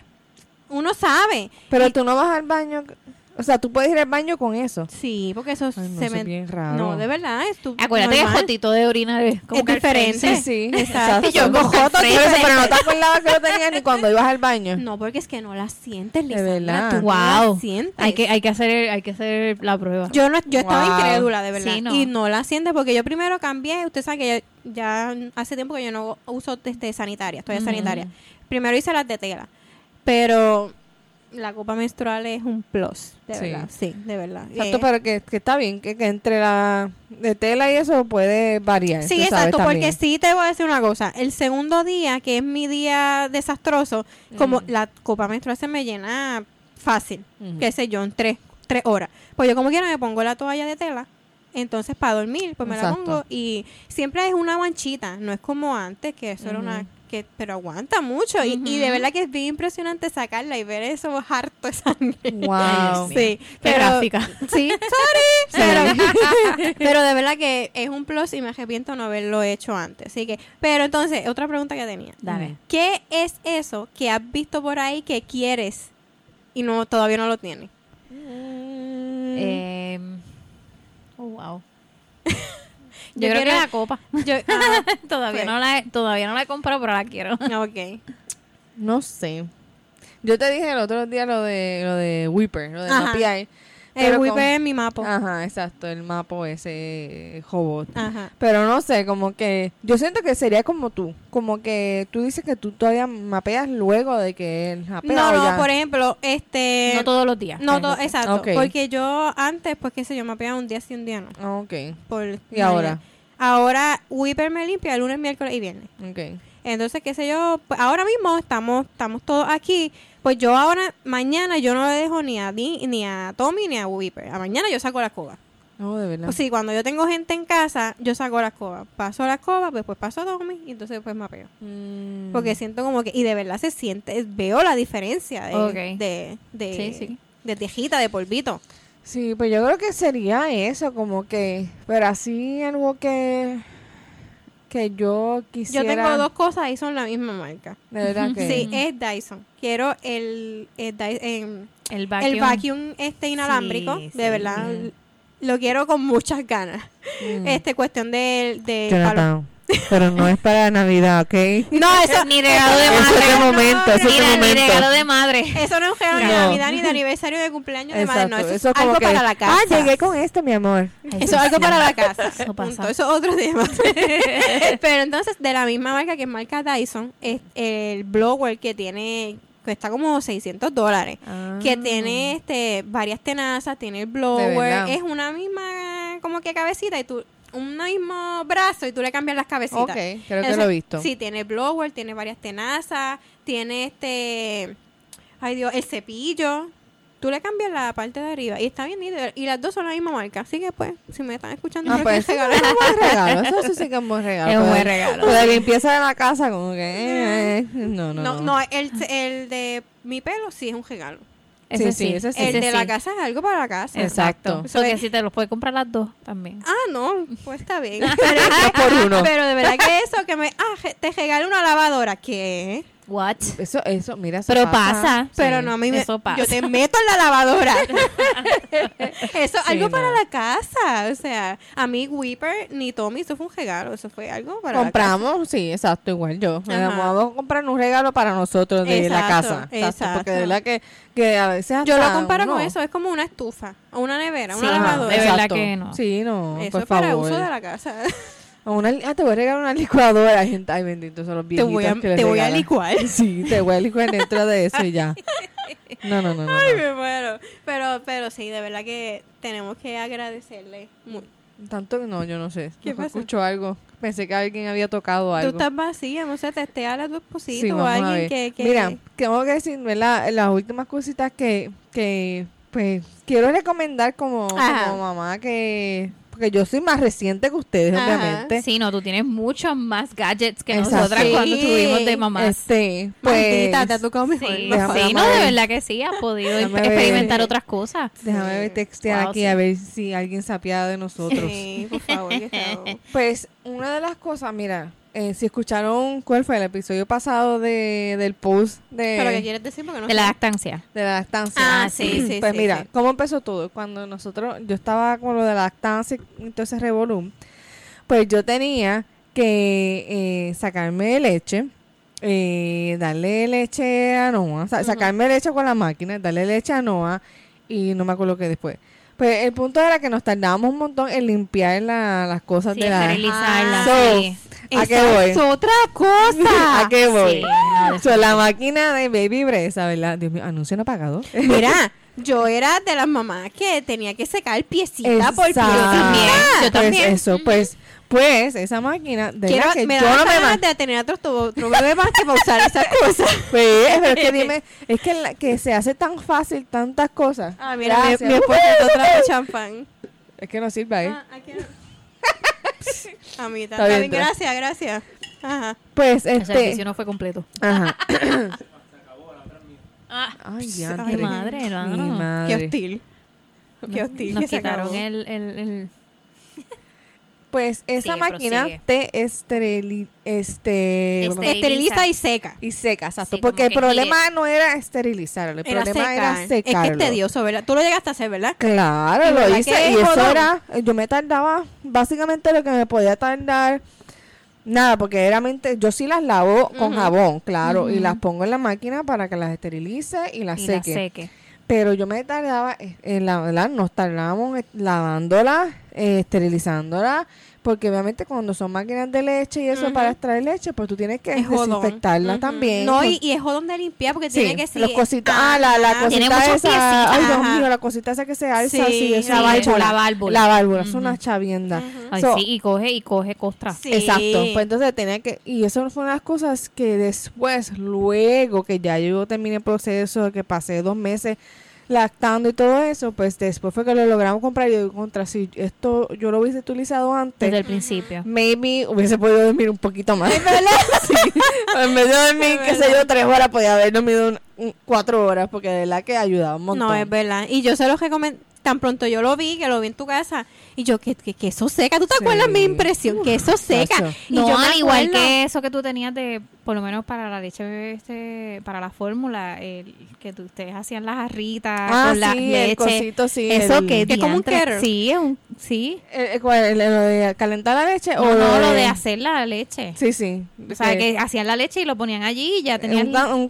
Speaker 1: uno sabe.
Speaker 3: Pero
Speaker 1: Y-
Speaker 3: tú no vas al baño. O sea, tú puedes ir al baño con eso.
Speaker 1: Sí, porque eso
Speaker 3: Ay, no,
Speaker 1: se
Speaker 3: eso es
Speaker 1: me...
Speaker 3: bien raro.
Speaker 1: No, de verdad, es tu...
Speaker 2: Acuérdate que el
Speaker 1: normal.
Speaker 2: gotito de orina es como
Speaker 1: Es
Speaker 2: que al frente.
Speaker 1: diferente.
Speaker 3: Sí, sí.
Speaker 1: Exacto.
Speaker 2: Y yo
Speaker 3: Son
Speaker 2: como
Speaker 3: jotos,
Speaker 2: fresa.
Speaker 3: pero eso, pero no te acordabas que lo tenías ni cuando ibas al baño.
Speaker 1: No, porque es que no la sientes,
Speaker 3: De
Speaker 1: Lisandra,
Speaker 3: verdad.
Speaker 1: tú No
Speaker 2: Wow.
Speaker 1: la sientes.
Speaker 2: Hay que, hay que hacer el- hay que hacer la prueba.
Speaker 1: Yo no, yo estaba
Speaker 3: Wow.
Speaker 1: incrédula, de verdad.
Speaker 2: Sí, no.
Speaker 1: Y no la sientes porque yo primero cambié. Usted sabe que yo- ya hace tiempo que yo no uso este, sanitaria, toalla
Speaker 2: Ujú.
Speaker 1: sanitaria. Primero hice las de tela. Pero la copa menstrual es un plus, de
Speaker 3: Sí.
Speaker 1: verdad. Sí, de verdad.
Speaker 3: Exacto,
Speaker 1: Eh,
Speaker 3: pero que, que está bien, que, que entre la de tela y eso puede variar.
Speaker 1: Sí,
Speaker 3: tú sabes,
Speaker 1: exacto, porque
Speaker 3: también.
Speaker 1: sí te voy a decir una cosa. El segundo día, que es mi día desastroso, como
Speaker 2: Mm.
Speaker 1: la copa menstrual se me llena fácil,
Speaker 3: Ujú.
Speaker 1: qué sé yo, en tres, tres horas. Pues yo como quiera me pongo la toalla de tela, entonces para dormir, pues me
Speaker 3: Exacto.
Speaker 1: la pongo y siempre es una manchita, no es como antes, que eso era una...
Speaker 3: Ujú.
Speaker 1: Que, pero aguanta mucho y, y de
Speaker 2: Ujú.
Speaker 1: verdad que es bien impresionante sacarla y ver eso harto de sangre.
Speaker 2: Dios mío.
Speaker 3: Wow.
Speaker 1: Sí,
Speaker 2: Qué
Speaker 1: pero,
Speaker 2: gráfica.
Speaker 1: Sí, sorry. Pero, pero de verdad que es un plus y me arrepiento no haberlo hecho antes. Así que, pero entonces, otra pregunta que tenía.
Speaker 2: Dale.
Speaker 1: ¿Qué es eso que has visto por ahí que quieres y no todavía no lo tienes? Mm.
Speaker 2: Eh, oh, wow.
Speaker 1: Yo
Speaker 2: Yo, creo
Speaker 1: quiero-
Speaker 2: que la copa.
Speaker 1: Yo, ah,
Speaker 2: Todavía
Speaker 1: pues.
Speaker 2: no la he, todavía no la he comprado, pero la quiero.
Speaker 1: ok. Eh,
Speaker 3: No sé. Yo te dije el otro día lo de lo de Whipper, lo de
Speaker 1: Ajá.
Speaker 3: Mapiay.
Speaker 1: El
Speaker 3: Pero
Speaker 1: whip
Speaker 3: con- Ah.
Speaker 1: es mi mapa.
Speaker 3: Ajá, exacto, el mapo ese eh, hobot.
Speaker 1: Ajá.
Speaker 3: Pero no sé, como que yo siento que sería como tú, como que tú dices que tú todavía mapeas luego de que él mapea
Speaker 1: No,
Speaker 3: o
Speaker 1: no,
Speaker 3: Ah, ya.
Speaker 1: por e- ejemplo, este...
Speaker 2: no todos los días.
Speaker 1: no
Speaker 2: pero
Speaker 1: todo-
Speaker 2: sé.
Speaker 1: exacto.
Speaker 3: Ok.
Speaker 1: Porque yo antes, pues qué sé yo, me pegaba un día sí, un día no.
Speaker 3: Ah, Ok, y
Speaker 1: Por,
Speaker 3: ahora,
Speaker 1: Ahora, Whipper me limpia lunes, miércoles y viernes.
Speaker 3: ok.
Speaker 1: Entonces, qué sé yo, pues, ahora mismo estamos estamos todos aquí. Pues yo ahora, mañana, yo no le dejo ni a Di- ni a Tommy ni a Weeper. A mañana yo saco la escoba.
Speaker 3: No, de verdad.
Speaker 1: Pues sí, cuando yo tengo gente en casa, yo saco la escoba. Paso la escoba, pues después paso a Tommy y entonces pues me apego.
Speaker 3: Mm.
Speaker 1: Porque siento como que, y de verdad se siente, es- veo la diferencia de,
Speaker 2: Ok.
Speaker 1: de, de,
Speaker 2: Sí, sí.
Speaker 1: de tejita, de polvito.
Speaker 3: Sí, pues yo creo que sería eso, como que, pero así algo que que yo
Speaker 1: Yo
Speaker 3: quisiera.
Speaker 1: tengo dos cosas y son la misma marca.
Speaker 3: De verdad que.
Speaker 1: Sí, es Dyson. Quiero el, el Dy- em,
Speaker 2: El vacuum.
Speaker 1: el vacuum este inalámbrico,
Speaker 2: Sí,
Speaker 1: de
Speaker 2: sí.
Speaker 1: verdad,
Speaker 3: Mm.
Speaker 1: lo quiero con muchas ganas.
Speaker 3: Mm.
Speaker 1: Este cuestión del de palo-
Speaker 3: Jonathan, pero no es para Navidad, ¿ok? Eso
Speaker 1: No, eso
Speaker 2: Ni regalo de
Speaker 1: Eso
Speaker 2: madre.
Speaker 3: es de
Speaker 1: no,
Speaker 3: momento, eso es
Speaker 2: Mira,
Speaker 3: de
Speaker 2: ni
Speaker 3: momento.
Speaker 2: regalo de madre.
Speaker 1: eso no es un regalo de
Speaker 3: No.
Speaker 1: Navidad ni de aniversario de cumpleaños de madre, no, eso,
Speaker 3: eso
Speaker 1: es algo
Speaker 3: que,
Speaker 1: para la casa.
Speaker 3: Ah, llegué con esto, mi amor.
Speaker 1: Eso es algo para la casa.
Speaker 2: Eso pasa.
Speaker 1: Punto, Eso es otro tema. Pero entonces, de la misma marca que es marca Dyson, es el blower que tiene, cuesta como 600 dólares.
Speaker 3: Ah,
Speaker 1: que tiene este varias tenazas, tiene el
Speaker 3: De
Speaker 1: blower,
Speaker 3: verdad.
Speaker 1: es una misma como que cabecita y tú un mismo brazo y tú le cambias las cabecitas.
Speaker 3: Ok, creo que
Speaker 1: Entonces,
Speaker 3: lo he visto.
Speaker 1: Sí, tiene blower, tiene varias tenazas, tiene este ay Dios, el cepillo. Tú le cambias la parte de arriba y está bien nítido. y las dos son la misma marca, así que pues si me están escuchando
Speaker 3: Ah,
Speaker 1: creo que
Speaker 3: pues
Speaker 1: se
Speaker 3: eso
Speaker 1: ganó.
Speaker 3: es un buen regalo. Eso, eso sí que es un buen regalo.
Speaker 2: Es un
Speaker 3: pero-
Speaker 2: buen regalo.
Speaker 3: pero de limpieza de la casa, como que. eh, eh, no, no.
Speaker 1: no, no, el, el de mi pelo sí es un regalo.
Speaker 2: Ese
Speaker 3: Sí,
Speaker 2: sí,
Speaker 3: sí, ese sí.
Speaker 1: el de la
Speaker 2: sí.
Speaker 1: casa es algo para la casa.
Speaker 3: Exacto.
Speaker 1: Eso
Speaker 2: Porque
Speaker 1: es-
Speaker 2: si te los puedes comprar las dos también.
Speaker 1: Ah, no, pues está bien.
Speaker 3: Dos por uno.
Speaker 1: Pero de verdad que eso, que me. Ah, je- te regalo una lavadora. ¿Qué?
Speaker 2: What?
Speaker 3: Eso, eso, mira. Eso
Speaker 2: Pero pasa.
Speaker 1: Pero no a mí me.
Speaker 2: Eso pasa.
Speaker 1: Yo te meto en la lavadora. eso,
Speaker 3: Sí,
Speaker 1: algo para
Speaker 3: no.
Speaker 1: la casa. O sea, a mí Weeper ni Tommy, eso fue un regalo. Eso fue algo para. la
Speaker 3: Compramos, sí, exacto, igual yo. Me
Speaker 1: Ajá.
Speaker 3: vamos a comprar un regalo para nosotros de la
Speaker 1: Exacto,
Speaker 3: casa.
Speaker 1: exacto.
Speaker 3: Porque de verdad que, que a veces.
Speaker 1: casa. Yo lo
Speaker 3: hasta
Speaker 1: comparo con
Speaker 3: uno-
Speaker 1: eso. Es como una estufa, o una nevera,
Speaker 2: Sí,
Speaker 1: una
Speaker 2: ajá,
Speaker 1: lavadora.
Speaker 2: de verdad
Speaker 3: exacto.
Speaker 2: que no.
Speaker 3: Sí, no.
Speaker 1: eso
Speaker 3: por
Speaker 1: es para
Speaker 3: favor.
Speaker 1: uso de la casa.
Speaker 3: O una li- ah, te voy a regalar una licuadora, gente. Ay, bendito, son los
Speaker 1: Te
Speaker 3: viejitos
Speaker 1: voy a,
Speaker 3: que les
Speaker 1: te voy a
Speaker 3: regalan.
Speaker 1: licuar.
Speaker 3: Sí, te voy a licuar dentro de eso y ya. No, no, no, no.
Speaker 1: Ay,
Speaker 3: no.
Speaker 1: me muero. Pero, pero sí, de verdad que tenemos que agradecerle. mu-
Speaker 3: Tanto que no, yo no sé.
Speaker 1: ¿Qué
Speaker 3: No
Speaker 1: pasa?
Speaker 3: Escucho algo. Pensé que alguien había tocado
Speaker 1: Tú
Speaker 3: algo.
Speaker 1: estás vacía, no sé, testea a tu esposito
Speaker 3: Sí,
Speaker 1: o
Speaker 3: vamos a
Speaker 1: alguien que,
Speaker 3: ver.
Speaker 1: que-
Speaker 3: Mira, tengo que decir, ¿verdad? Las últimas cositas que, que pues, quiero recomendar como,
Speaker 1: Ajá.
Speaker 3: como mamá que... Porque yo soy más reciente que ustedes,
Speaker 1: Ajá.
Speaker 3: obviamente.
Speaker 2: Sí, no, tú tienes muchos más gadgets que
Speaker 3: Exacto.
Speaker 2: nosotras cuando
Speaker 1: Sí.
Speaker 2: estuvimos de mamás.
Speaker 3: Este, pues...
Speaker 1: Maldita, te ha tocado mejor.
Speaker 2: Sí,
Speaker 1: no
Speaker 3: déjame-
Speaker 1: jodas.
Speaker 2: sí, no, de
Speaker 3: déjame ver.
Speaker 2: verdad que sí, has podido
Speaker 3: Déjame ver.
Speaker 2: experimentar otras cosas.
Speaker 3: Déjame ver textear
Speaker 2: Wow,
Speaker 3: aquí
Speaker 2: sí.
Speaker 3: a ver si alguien se apiada de nosotros.
Speaker 1: Sí, por favor, que estamos-
Speaker 3: Pues una de las cosas, mira, eh, si escucharon cuál fue el episodio pasado de, del post de,
Speaker 1: Pero que quieres decir porque no
Speaker 2: De la
Speaker 1: sé.
Speaker 2: lactancia.
Speaker 3: de la lactancia.
Speaker 1: Ah, sí, sí,
Speaker 3: Pues
Speaker 1: sí,
Speaker 3: mira,
Speaker 1: sí.
Speaker 3: ¿cómo empezó todo? Cuando nosotros, yo estaba con lo de la lactancia, entonces revolum, pues yo tenía que eh, sacarme leche, eh, darle leche a Noah, sa-
Speaker 1: Ujú.
Speaker 3: sacarme leche con la máquina, darle leche a Noah y no me acuerdo qué después. Pues el punto era que nos tardábamos un montón en limpiar la- las cosas
Speaker 2: Sí,
Speaker 3: de la...
Speaker 2: esterilizarla.
Speaker 1: Ah,
Speaker 3: So,
Speaker 2: sí.
Speaker 3: ¿A qué
Speaker 1: Esa
Speaker 3: voy?
Speaker 1: es otra cosa.
Speaker 3: ¿A qué
Speaker 2: Sí,
Speaker 3: voy?
Speaker 2: no,
Speaker 3: So, la máquina de Baby Bresa, ¿verdad? Dios mío, anuncio no pagado.
Speaker 1: Mira, yo era de las mamás que tenía que secar piecita por
Speaker 3: Exacto.
Speaker 1: piecita.
Speaker 2: Yo también.
Speaker 3: Pues eso, pues, pues esa máquina, de
Speaker 1: Quiero,
Speaker 3: verdad que
Speaker 1: me
Speaker 3: yo
Speaker 1: da
Speaker 3: no me
Speaker 1: ganas
Speaker 3: ma-
Speaker 1: de tener otro, otro bebé más que para usar esas cosas.
Speaker 3: Pues, pero es que dime, es que, la- que se hace tan fácil tantas cosas.
Speaker 1: Ah, mira, mi-
Speaker 3: Gracias.
Speaker 1: mi, esposo está trajo champán.
Speaker 3: Es que no sirve ahí.
Speaker 1: Ah, aquí no. A mí está,
Speaker 3: Está
Speaker 1: está
Speaker 3: bien,
Speaker 1: bien,
Speaker 3: está.
Speaker 1: gracias, gracias. Ajá.
Speaker 3: Pues
Speaker 2: El servicio
Speaker 3: este.
Speaker 2: no fue completo.
Speaker 3: Ajá.
Speaker 1: Ah. Ay,
Speaker 3: Ay,
Speaker 2: Ay,
Speaker 3: diantre.
Speaker 2: madre, no.
Speaker 3: Mi
Speaker 2: no.
Speaker 1: Ah. Qué
Speaker 3: madre.
Speaker 1: hostil. Qué hostil.
Speaker 2: Nos
Speaker 1: que se
Speaker 2: quitaron
Speaker 1: acabó.
Speaker 2: el, el, el-
Speaker 3: Pues esa
Speaker 2: Sigue,
Speaker 3: máquina
Speaker 2: prosigue.
Speaker 3: te esterili- este,
Speaker 2: Este-
Speaker 1: Esteriliza y seca.
Speaker 3: y seca, exacto.
Speaker 2: Sí, como
Speaker 3: porque el
Speaker 2: que
Speaker 3: problema no era esterilizarlo, el
Speaker 1: Era
Speaker 3: problema
Speaker 1: secar.
Speaker 3: era
Speaker 1: Es que
Speaker 3: secarlo.
Speaker 1: es tedioso, ¿verdad? Tú lo llegaste a hacer, ¿verdad?
Speaker 3: Claro,
Speaker 1: Y
Speaker 3: lo
Speaker 1: ¿verdad
Speaker 3: hice
Speaker 1: que
Speaker 3: y
Speaker 1: es
Speaker 3: eso
Speaker 1: jodón?
Speaker 3: era, yo me tardaba básicamente lo que me podía tardar nada, porque era mente- yo sí las lavo con
Speaker 1: Ujú.
Speaker 3: jabón, claro, y
Speaker 2: Ujú.
Speaker 3: las pongo en la máquina para que las esterilice y las
Speaker 2: y la
Speaker 3: seque.
Speaker 2: seque.
Speaker 3: Pero yo me tardaba, eh, en la verdad, nos tardábamos eh, lavándolas, eh, esterilizándolas, porque obviamente cuando son máquinas de leche y eso
Speaker 1: Ujú.
Speaker 3: para extraer leche, pues tú tienes que
Speaker 1: Es jodón.
Speaker 3: desinfectarla
Speaker 1: Ujú.
Speaker 3: también.
Speaker 1: No,
Speaker 3: con-
Speaker 1: y, y es jodón de limpiar porque
Speaker 3: Sí,
Speaker 1: tiene Pues que ser.
Speaker 3: los cositas, ah, la, la
Speaker 1: Ajá.
Speaker 2: tiene
Speaker 3: cosita
Speaker 2: muchos
Speaker 3: esa, ay
Speaker 1: piecitos,
Speaker 3: Dios
Speaker 1: ajá.
Speaker 3: mío, la cosita esa que se
Speaker 1: Sí,
Speaker 3: alza, sí, esa
Speaker 1: sí,
Speaker 3: válvula.
Speaker 2: la válvula.
Speaker 3: La válvula, es
Speaker 2: Ujú.
Speaker 3: una chavienda.
Speaker 1: Ujú.
Speaker 2: Ay,
Speaker 3: So,
Speaker 2: sí, y coge, y coge costra.
Speaker 1: Sí.
Speaker 3: Exacto, pues entonces tenía que, y eso fue una de las cosas que después, luego que ya yo terminé el proceso, que pasé dos meses lactando y todo eso, pues después fue que lo logramos comprar y yo digo, contra, si esto yo lo hubiese utilizado antes,
Speaker 2: Desde el principio.
Speaker 3: maybe hubiese podido dormir un poquito más. Sí. En vez de
Speaker 1: Es
Speaker 3: dormir, qué sé yo, tres horas, podía haber dormido un- un- cuatro horas, porque de verdad que ayudaba un montón.
Speaker 1: No, es verdad. Y yo se los recomiendo. Tan pronto yo lo vi, que lo vi en tu casa, y yo, que, que, que eso seca. ¿Tú te
Speaker 3: Sí.
Speaker 1: acuerdas mi impresión? Que eso seca.
Speaker 3: chacho.
Speaker 1: Y
Speaker 2: No,
Speaker 1: yo me
Speaker 2: al igual
Speaker 1: acuerdo-
Speaker 2: que eso que tú tenías de, por lo menos para la leche, bebé, este, para la fórmula, el, que tú, ustedes hacían las jarritas
Speaker 3: Ah,
Speaker 2: con la
Speaker 3: sí, el
Speaker 2: leche.
Speaker 3: cosito, sí.
Speaker 2: Eso
Speaker 3: el-
Speaker 2: que
Speaker 1: Que es como un
Speaker 2: diantre.
Speaker 1: kettle.
Speaker 2: Sí, es un, sí.
Speaker 3: el- el- cuál, el- ¿Lo de calentar la leche?
Speaker 2: No,
Speaker 3: o
Speaker 2: no, lo de hacer la leche.
Speaker 3: Sí, sí. Eh,
Speaker 2: O sea, que hacían la leche y lo ponían allí y ya tenían...
Speaker 3: un, ca- un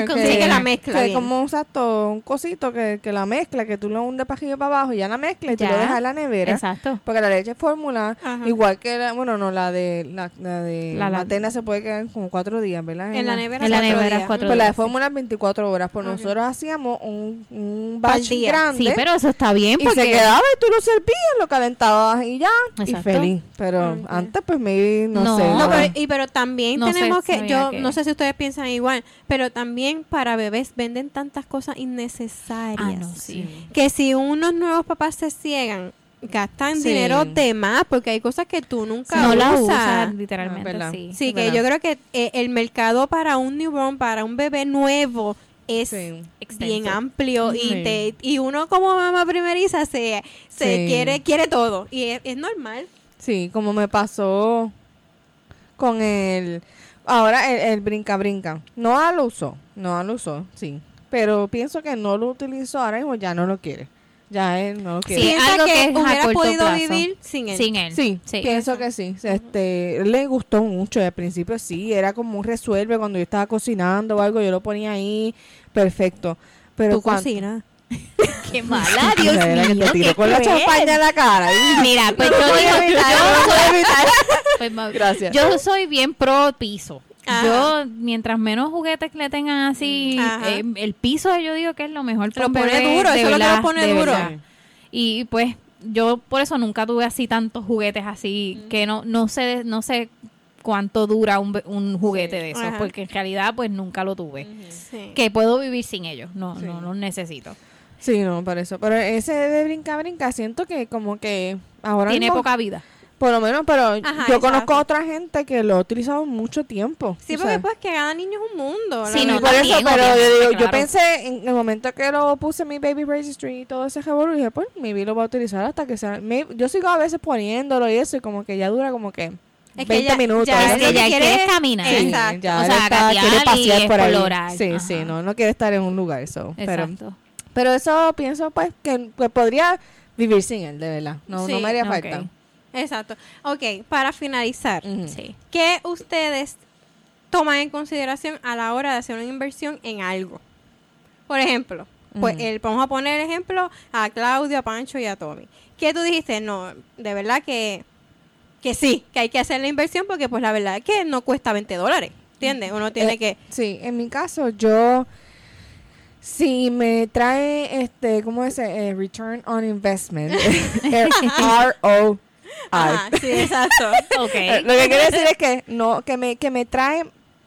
Speaker 2: un
Speaker 3: que-
Speaker 2: container.
Speaker 1: Sí, que la mezcla
Speaker 3: Que
Speaker 1: bien.
Speaker 3: como un exacto, un cosito que, que la mezcla, que tú lo hundes para arriba y para abajo y ya la mezcla y tú
Speaker 2: Ya.
Speaker 3: lo dejas en la nevera.
Speaker 2: Exacto.
Speaker 3: Porque la leche fórmula,
Speaker 1: Ajá.
Speaker 3: igual que la, bueno, no, la de la, la de
Speaker 2: La- la-
Speaker 3: materna se puede quedar como cuatro días, ¿verdad?
Speaker 1: En la nevera.
Speaker 2: En la
Speaker 1: cuatro
Speaker 2: nevera
Speaker 1: días.
Speaker 2: cuatro
Speaker 3: Pues la de
Speaker 2: días, sí.
Speaker 3: fórmula 24 horas. Pues
Speaker 1: Ok.
Speaker 3: nosotros hacíamos un, un
Speaker 1: Pa'l
Speaker 3: batch
Speaker 1: día.
Speaker 3: grande.
Speaker 2: Sí, pero eso está bien
Speaker 3: Y
Speaker 2: porque...
Speaker 3: se quedaba y tú lo servías, lo calentabas y ya. Y
Speaker 2: Exacto. Ah,
Speaker 3: feliz. Pero
Speaker 1: Ok.
Speaker 3: antes, pues, me no,
Speaker 2: No.
Speaker 3: sé. Ah,
Speaker 2: No,
Speaker 1: No,
Speaker 3: ¿verdad?
Speaker 1: pero, y, pero también
Speaker 2: No sé,
Speaker 1: tenemos que,
Speaker 2: sabía
Speaker 1: yo
Speaker 2: que-
Speaker 1: no sé si ustedes piensan igual, pero también para bebés venden tantas cosas innecesarias.
Speaker 2: Ah, no, Ah, sí.
Speaker 1: Que si unos nuevos papás se ciegan, gastan
Speaker 3: Sí.
Speaker 1: dinero de más, porque hay cosas que tú nunca
Speaker 2: No la
Speaker 1: usas.
Speaker 2: usas,
Speaker 3: No, es
Speaker 2: literalmente,
Speaker 3: verdad.
Speaker 2: sí.
Speaker 1: Sí,
Speaker 3: Es
Speaker 1: que
Speaker 3: verdad.
Speaker 1: yo creo que eh, el mercado para un newborn, para un bebé nuevo, es
Speaker 3: Sí.
Speaker 1: bien
Speaker 2: Extenso.
Speaker 1: amplio
Speaker 3: Sí.
Speaker 1: y te, y uno como mamá primeriza se, se
Speaker 3: Sí.
Speaker 1: quiere quiere todo y es, es normal.
Speaker 3: Sí, como me pasó con el... Ahora el, el brinca brinca. No lo usó, no lo usó, sí. Pero pienso que no lo utilizó ahora mismo, ya no lo quiere. Ya él no lo quiere.
Speaker 2: Sí,
Speaker 1: Piensa
Speaker 2: algo que es
Speaker 1: que,
Speaker 2: a
Speaker 1: hubiera
Speaker 2: corto
Speaker 1: podido
Speaker 2: plazo.
Speaker 1: vivir sin él.
Speaker 2: Sin él.
Speaker 3: Sí, pienso que sí. Este, le gustó mucho. Al principio sí, era como un resuelve cuando yo estaba cocinando o algo, yo lo ponía ahí, perfecto. Pero
Speaker 1: tu
Speaker 3: cuan-
Speaker 1: cocina.
Speaker 2: Qué mala, Dios
Speaker 3: Mira, era que
Speaker 2: mío,
Speaker 3: te tiró
Speaker 2: qué
Speaker 3: con la
Speaker 2: cruel.
Speaker 3: champaña en la cara.
Speaker 2: Mira, pues
Speaker 3: No
Speaker 2: yo
Speaker 3: lo
Speaker 2: digo,
Speaker 3: puedo evitar,
Speaker 2: yo-
Speaker 3: no lo puedo evitar.
Speaker 2: pues, ma-
Speaker 3: Gracias.
Speaker 2: yo soy bien pro piso.
Speaker 1: Ajá.
Speaker 2: Yo, mientras menos juguetes le tengan así,
Speaker 1: Ajá.
Speaker 2: eh, el piso yo digo que es lo mejor. para
Speaker 1: Lo
Speaker 2: un
Speaker 1: pone
Speaker 2: bebé,
Speaker 1: duro,
Speaker 2: de
Speaker 1: eso es lo que
Speaker 2: verdad,
Speaker 1: lo pone
Speaker 2: de
Speaker 1: duro.
Speaker 2: verdad. Y pues yo por eso nunca tuve así tantos juguetes así, que no, no sé, no sé cuánto dura un, be- un juguete de esos,
Speaker 1: Ajá.
Speaker 2: porque en realidad pues nunca lo tuve.
Speaker 1: Sí.
Speaker 2: Que puedo vivir sin ellos, no,
Speaker 3: Sí.
Speaker 2: no los necesito.
Speaker 3: Sí, no, para eso. Pero ese de brinca brinca, siento que como que ahora
Speaker 2: Tiene
Speaker 3: mismo,
Speaker 2: poca vida.
Speaker 3: por lo menos, pero yo
Speaker 1: exacto.
Speaker 3: conozco a otra gente que lo ha utilizado mucho tiempo.
Speaker 1: Sí,
Speaker 3: o
Speaker 1: porque
Speaker 3: sea.
Speaker 1: pues que cada niño es un mundo. la
Speaker 2: Sí, no,
Speaker 3: Y
Speaker 1: verdad.
Speaker 3: por eso,
Speaker 2: también,
Speaker 3: pero yo digo, yo
Speaker 2: claro.
Speaker 3: pensé en el momento que lo puse en mi baby registry y todo ese revolú, dije, pues, maybe lo voy a utilizar hasta que sea. may- yo sigo a veces poniéndolo y eso, y como que ya dura como que
Speaker 1: Es que
Speaker 3: 20
Speaker 1: ya-
Speaker 3: minutos.
Speaker 1: ya
Speaker 3: ¿verdad?
Speaker 1: es que
Speaker 2: ya
Speaker 1: quiere-
Speaker 2: quieres caminar.
Speaker 3: Sí,
Speaker 1: Exacto.
Speaker 3: ya
Speaker 2: O
Speaker 3: él
Speaker 2: sea,
Speaker 3: está- quiere
Speaker 2: gatear y
Speaker 3: pasear por ahí.
Speaker 2: explorar.
Speaker 3: Sí,
Speaker 2: Ajá.
Speaker 3: sí, no, no quiere estar en un lugar, eso. Pero,
Speaker 2: Exacto.
Speaker 3: pero eso pienso, pues, que, que podría vivir sin él, de verdad. No, no
Speaker 1: Sí,
Speaker 3: me haría
Speaker 2: ok.
Speaker 3: falta.
Speaker 1: Exacto. Ok, para finalizar,
Speaker 3: Ujú.
Speaker 2: Sí.
Speaker 1: ¿qué ustedes toman en consideración a la hora de hacer una inversión en algo? Por ejemplo, pues
Speaker 3: Ujú.
Speaker 1: el, vamos a poner ejemplo a Claudio, a Pancho y a Tommy. ¿Qué tú dijiste? No, de verdad que que sí, que hay que hacer la inversión porque pues la verdad es que no cuesta 20 dólares, ¿entiendes? Uno tiene
Speaker 3: Eh,
Speaker 1: que...
Speaker 3: Sí, en mi caso, yo. Si me trae este, ¿cómo es? Eh, Return on Investment. ROI.
Speaker 1: Ajá, sí, exacto.
Speaker 2: Ok.
Speaker 3: Eh, Lo que quiero decir es que no, que me, que me trae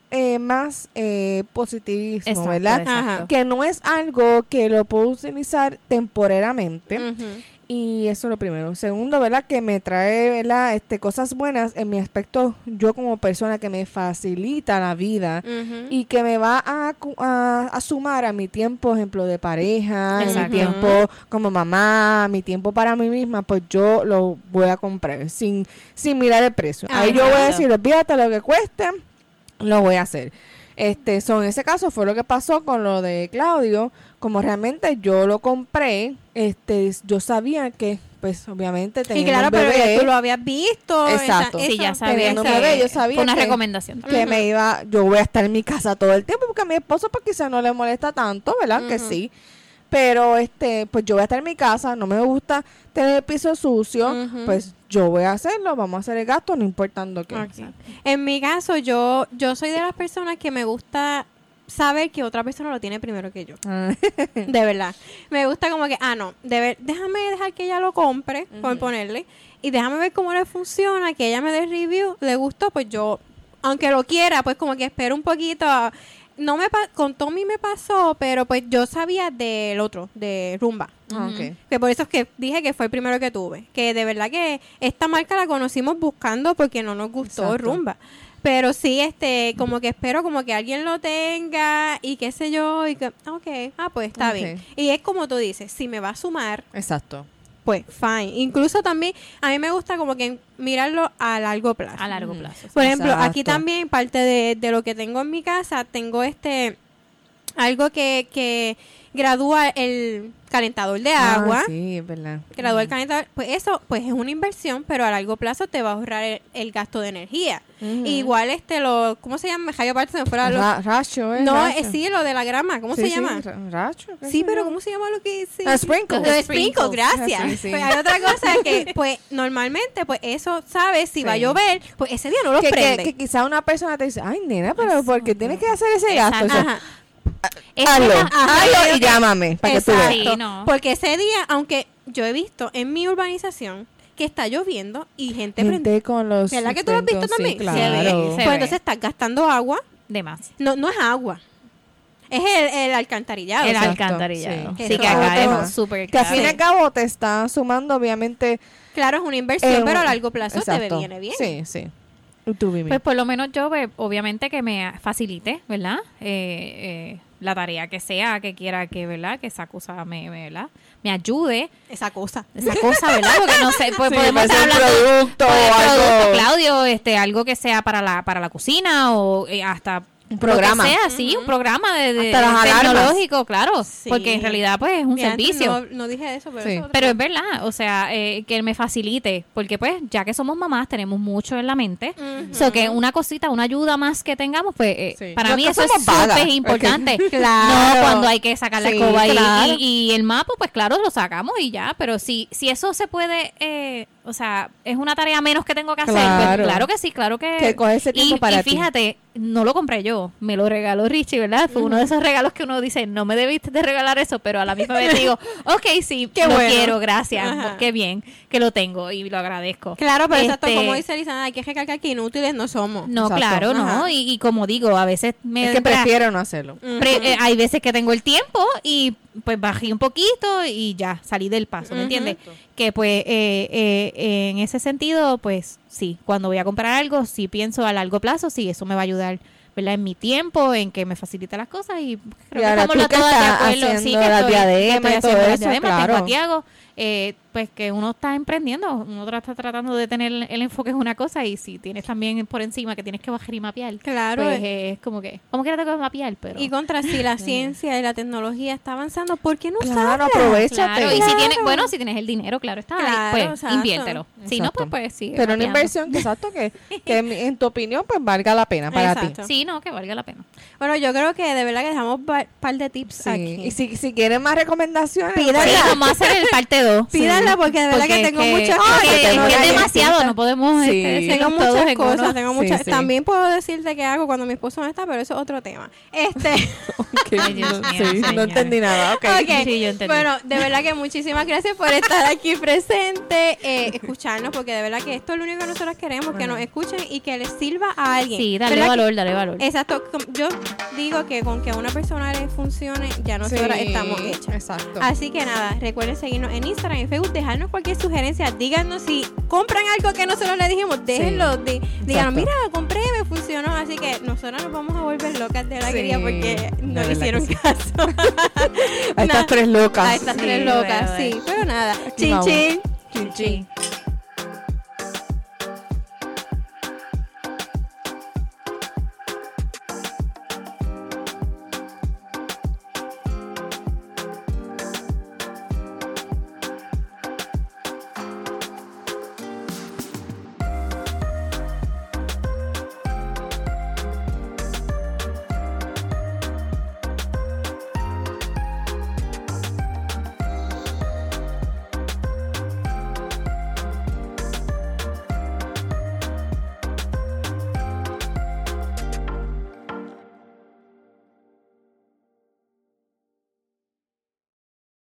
Speaker 3: eh, más eh, positivismo,
Speaker 2: Exacto,
Speaker 3: ¿verdad?
Speaker 2: exacto.
Speaker 3: Que no es algo que lo puedo utilizar temporalmente.
Speaker 1: Ujú.
Speaker 3: Y eso es lo primero. Segundo, ¿verdad? Que me trae, ¿verdad? Este, cosas buenas en mi aspecto, yo como persona que me facilita la vida
Speaker 1: Ujú.
Speaker 3: y que me va a, cu- a- a sumar a mi tiempo, ejemplo, de pareja, a mi
Speaker 2: Exacto.
Speaker 3: tiempo como mamá, a mi tiempo para mí misma, pues yo lo voy a comprar sin, sin mirar el precio.
Speaker 1: Ah,
Speaker 3: Ahí yo voy a
Speaker 2: Ajá.
Speaker 3: decir, olvídate lo que cueste, lo voy a hacer. Este, so, en ese caso fue lo que pasó con lo de Claudio, como realmente yo lo compré, este, yo sabía que, pues obviamente
Speaker 1: Y
Speaker 3: tenía
Speaker 1: claro,
Speaker 3: un
Speaker 1: pero
Speaker 3: bebé,
Speaker 1: ya tú lo habías visto. esa-
Speaker 3: Exacto.
Speaker 2: Sí, ya
Speaker 1: eso.
Speaker 2: sabía.
Speaker 3: teniendo un
Speaker 2: sabía.
Speaker 3: bebé, yo sabía
Speaker 2: Fue una
Speaker 3: que-
Speaker 2: recomendación también.
Speaker 3: que
Speaker 1: Ujú.
Speaker 3: me iba, yo voy a estar en mi casa todo el tiempo, porque a mi esposo pues quizás no le molesta tanto, ¿verdad? Que
Speaker 1: Ujú.
Speaker 3: sí. Pero este, pues yo voy a estar en mi casa, no me gusta tener el piso sucio,
Speaker 1: Ujú.
Speaker 3: pues yo voy a hacerlo, vamos a hacer el gasto, no importando qué.
Speaker 1: Ok. En mi caso, yo, yo soy de las personas que me gusta saber que otra persona lo tiene primero que yo.
Speaker 3: Ah,
Speaker 1: De verdad. Me gusta como que, ah, no, de ver, déjame dejar que ella lo compre, por ponerle, y déjame ver cómo le funciona, que ella me dé review, le gustó, pues yo, aunque lo quiera, pues como que espero un poquito. a- No me pa- con Tommy me pasó, pero pues yo sabía del otro, de Rumba.
Speaker 3: ok.
Speaker 1: Que por eso es que dije que fue el primero que tuve. Que de verdad que esta marca la conocimos buscando porque no nos gustó
Speaker 3: Exacto.
Speaker 1: Rumba. Pero sí, este, como que espero como que alguien lo tenga y qué sé yo. Y que, ok, ah, pues está
Speaker 3: Ok.
Speaker 1: bien. Y es como tú dices, si me va a sumar,
Speaker 3: Exacto.
Speaker 1: pues fine. Incluso también, a mí me gusta como que mirarlo a largo plazo.
Speaker 2: A largo
Speaker 3: Ujú.
Speaker 2: plazo.
Speaker 1: Por ejemplo, aquí
Speaker 3: Exacto.
Speaker 1: también parte de, de lo que tengo en mi casa, tengo este algo que, que gradúa el calentador de agua.
Speaker 3: Ah, sí, es verdad.
Speaker 1: Graduar el calentador, pues eso pues es una inversión, pero a largo plazo te va a ahorrar el, el gasto de energía.
Speaker 3: Ujú.
Speaker 1: Igual este lo ¿cómo se llama? Me salió parte se me fuera lo-
Speaker 3: Ra- racho, ¿eh?
Speaker 1: No,
Speaker 3: racho.
Speaker 1: es sí, lo de la grama, ¿cómo
Speaker 3: Sí,
Speaker 1: se
Speaker 3: sí,
Speaker 1: llama?
Speaker 3: ra- racho. qué
Speaker 1: Sí,
Speaker 3: sé
Speaker 1: pero
Speaker 3: yo.
Speaker 1: ¿cómo se llama lo que sí?
Speaker 3: Ah, sprinkle.
Speaker 1: Lo de sprinkle,
Speaker 2: Sprinkles.
Speaker 1: gracias.
Speaker 3: Ah, sí, sí.
Speaker 1: Pues hay otra cosa que, pues, normalmente, pues, eso, ¿sabes? Si va a
Speaker 3: Sí.
Speaker 1: llover, pues, ese día no lo
Speaker 3: que, que,
Speaker 1: prende.
Speaker 3: que quizá una persona te dice, ay, nena, pero
Speaker 2: Exacto.
Speaker 3: ¿por qué tienes que hacer ese gasto?
Speaker 2: Exacto.
Speaker 3: O sea,
Speaker 1: Ajá.
Speaker 2: Es
Speaker 3: hazlo,
Speaker 2: una-
Speaker 1: ajá,
Speaker 3: hazlo
Speaker 1: yo
Speaker 3: y
Speaker 1: que-
Speaker 3: llámame para que tú
Speaker 1: Exacto.
Speaker 3: veas.
Speaker 2: Sí, no.
Speaker 3: Pues,
Speaker 1: Porque ese día, aunque yo he visto en mi urbanización que está lloviendo y gente, prende.
Speaker 3: Gente con los
Speaker 1: ¿Verdad que tú lo has visto
Speaker 3: suspentos, sí,
Speaker 1: también? Se
Speaker 2: ve,
Speaker 3: claro.
Speaker 2: se
Speaker 1: Pues
Speaker 2: ve.
Speaker 1: entonces estás gastando agua.
Speaker 2: de más.
Speaker 1: No, no es agua. Es el, el alcantarillado.
Speaker 2: El
Speaker 1: o sea,
Speaker 3: ah, exacto,
Speaker 2: alcantarillado.
Speaker 1: sí.
Speaker 2: Sí,
Speaker 1: Que
Speaker 2: que
Speaker 1: eso
Speaker 3: es
Speaker 2: acá
Speaker 3: otro-
Speaker 2: es súper
Speaker 3: Que al fin y al
Speaker 2: clave.
Speaker 3: cabo te está sumando, obviamente.
Speaker 1: claro, es una inversión,
Speaker 3: eh,
Speaker 1: pero a largo plazo te
Speaker 3: exacto.
Speaker 1: viene bien.
Speaker 3: Sí, sí. Y tú, Mimi.
Speaker 2: Pues por lo menos yo, pues, obviamente que me facilite, ¿verdad? Eh, eh, la tarea que sea, que quiera que, ¿verdad? Que esa cosa me, me, ¿verdad? Me ayude.
Speaker 1: Esa cosa.
Speaker 2: Esa cosa, ¿verdad? Porque no sé, pues
Speaker 3: Sí,
Speaker 2: podemos
Speaker 3: puede
Speaker 2: estar
Speaker 3: ser un
Speaker 2: hablando
Speaker 3: producto
Speaker 2: puede ser
Speaker 3: o
Speaker 2: producto,
Speaker 3: algo.
Speaker 2: Claudio, este, algo que sea para la, para la cocina o eh, hasta
Speaker 3: Un programa.
Speaker 2: Lo que sea, sí, un programa de, de-
Speaker 3: Hasta las alarmas.
Speaker 2: tecnológico, claro.
Speaker 1: Sí.
Speaker 2: Porque en realidad, pues, es un
Speaker 1: Mira, antes
Speaker 2: servicio.
Speaker 1: No, no dije eso, pero
Speaker 3: Sí.
Speaker 1: eso-
Speaker 2: Pero es verdad, o sea, eh, que él me facilite, porque pues ya que somos mamás tenemos mucho en la mente,
Speaker 1: Ujú.
Speaker 2: o sea, que una cosita, una ayuda más que tengamos, pues eh,
Speaker 3: Sí.
Speaker 2: para
Speaker 3: No,
Speaker 2: mí
Speaker 3: que
Speaker 2: eso es
Speaker 3: somos vagas,
Speaker 2: súper importante.
Speaker 3: Claro.
Speaker 2: No cuando hay que sacar la
Speaker 3: Sí,
Speaker 2: escoba y-
Speaker 3: claro.
Speaker 2: y, y el mapa, pues claro, lo sacamos y ya, pero si, si eso se puede, eh, o sea, es una tarea menos que tengo que hacer,
Speaker 3: Claro.
Speaker 2: pues claro que sí, claro que...
Speaker 3: Que coges ese tiempo
Speaker 2: y,
Speaker 3: para
Speaker 2: y
Speaker 3: ti.
Speaker 2: fíjate, no lo compré yo, me lo regaló Richie, ¿verdad? Fue uno de esos regalos que uno dice, no me debiste de regalar eso, pero a la misma vez digo, ok, sí,
Speaker 1: Qué
Speaker 2: lo
Speaker 1: bueno.
Speaker 2: quiero, gracias,
Speaker 1: Ajá.
Speaker 2: qué bien que lo tengo y lo agradezco.
Speaker 1: Claro, pero exacto,
Speaker 2: Este,
Speaker 1: como dice Lizana, hay que recalcar que inútiles no somos.
Speaker 2: No,
Speaker 3: Exacto.
Speaker 2: claro, no,
Speaker 1: Ajá.
Speaker 2: y, y como digo, a veces me...
Speaker 3: Es que
Speaker 2: ¿verdad?
Speaker 3: prefiero no hacerlo.
Speaker 1: Ujú.
Speaker 2: Pre- eh, hay veces que tengo el tiempo y pues bajé un poquito y ya salí del paso, ¿me
Speaker 1: Ujú.
Speaker 2: entiendes? Que pues eh, eh, eh, en ese sentido, pues sí, cuando voy a comprar algo, sí pienso a largo plazo, sí, eso me va a ayudar, ¿verdad? En mi tiempo, en que me facilita las cosas y creo
Speaker 3: Y
Speaker 2: que
Speaker 3: ahora
Speaker 2: estamos
Speaker 3: tú
Speaker 2: las
Speaker 3: que
Speaker 2: todas de
Speaker 3: estás
Speaker 2: acuerdo, sí,
Speaker 3: haciendo
Speaker 2: que
Speaker 3: la
Speaker 2: estoy, que
Speaker 3: diadema
Speaker 2: estoy
Speaker 3: y todo
Speaker 2: haciendo la
Speaker 3: eso,
Speaker 2: diadema,
Speaker 3: claro.
Speaker 2: tengo a Tiago, eh, pues que uno está emprendiendo, uno tra- está tratando de tener el enfoque en una cosa y si tienes también por encima que tienes que bajar y mapear,
Speaker 1: Claro.
Speaker 2: pues eh, es como que, como que no tengo que mapear, pero...
Speaker 1: Y contra si la ciencia y la tecnología está avanzando, ¿por qué no
Speaker 3: Claro,
Speaker 1: usarla?
Speaker 3: aprovechate.
Speaker 2: Claro, y si
Speaker 1: Claro.
Speaker 2: tienes, bueno, si tienes el dinero, claro está, ahí,
Speaker 1: Claro,
Speaker 2: pues
Speaker 1: exacto.
Speaker 2: inviértelo. Si no,
Speaker 3: Exacto.
Speaker 2: pues, pues sí.
Speaker 3: Pero una
Speaker 2: rapeando.
Speaker 3: inversión, que exacto, que, que en, en tu opinión, pues valga la pena para
Speaker 1: Exacto.
Speaker 3: ti.
Speaker 2: Sí, no, que valga la pena.
Speaker 1: Bueno, yo creo que de verdad que dejamos un par de tips
Speaker 3: Sí.
Speaker 1: aquí.
Speaker 3: Y si, si quieren más recomendaciones,
Speaker 1: Pídanla.
Speaker 2: Sí,
Speaker 3: pues,
Speaker 2: vamos a hacer el parte puedo.
Speaker 1: Pídanla porque de verdad
Speaker 2: porque
Speaker 1: que
Speaker 2: es
Speaker 1: tengo muchas
Speaker 2: es
Speaker 1: cosas.
Speaker 2: que-
Speaker 3: que tengo
Speaker 2: es que
Speaker 3: varias
Speaker 2: es demasiado,
Speaker 3: distintas.
Speaker 2: no podemos
Speaker 3: Sí.
Speaker 2: este, decirlos
Speaker 1: Tengo
Speaker 2: todos
Speaker 1: muchas
Speaker 2: en uno.
Speaker 1: cosas, tengo
Speaker 3: Sí,
Speaker 1: muchas.
Speaker 3: sí.
Speaker 1: También puedo decirte qué hago cuando mi esposo no está, pero eso es otro tema. Este,
Speaker 3: Ok,
Speaker 2: Ay, Dios
Speaker 3: no-
Speaker 2: mío,
Speaker 3: sí, no
Speaker 2: señora.
Speaker 3: entendí nada. ok.
Speaker 1: ok.
Speaker 2: Sí, yo entendí.
Speaker 1: Bueno, de verdad que muchísimas gracias por estar aquí presente, eh, escucharnos, porque de verdad que esto es lo único que nosotros queremos, que nos escuchen y que les sirva a alguien.
Speaker 2: Sí, dale
Speaker 1: ¿Verdad que-
Speaker 2: valor, dale valor.
Speaker 1: Exacto, com- yo digo que con que a una persona le funcione, ya nosotras
Speaker 3: Sí,
Speaker 1: estamos hechas.
Speaker 3: Exacto.
Speaker 1: Así que nada, recuerden seguirnos en Instagram y Facebook, dejarnos cualquier sugerencia, díganos si compran algo que nosotros les dijimos, déjenlo, di- díganos,
Speaker 3: Exacto.
Speaker 1: mira, compré, me funcionó, así que nosotros nos vamos a volver locas de la
Speaker 3: Sí,
Speaker 1: alegría porque
Speaker 3: de
Speaker 1: no
Speaker 3: verdad
Speaker 1: le hicieron
Speaker 3: que sí.
Speaker 1: caso
Speaker 3: A
Speaker 1: nada.
Speaker 3: estas tres locas.
Speaker 1: a estas
Speaker 2: Sí,
Speaker 1: tres locas,
Speaker 2: bueno,
Speaker 1: sí, pero nada,
Speaker 3: Aquí
Speaker 1: chin
Speaker 3: vamos.
Speaker 1: chin.
Speaker 3: Chin, chin.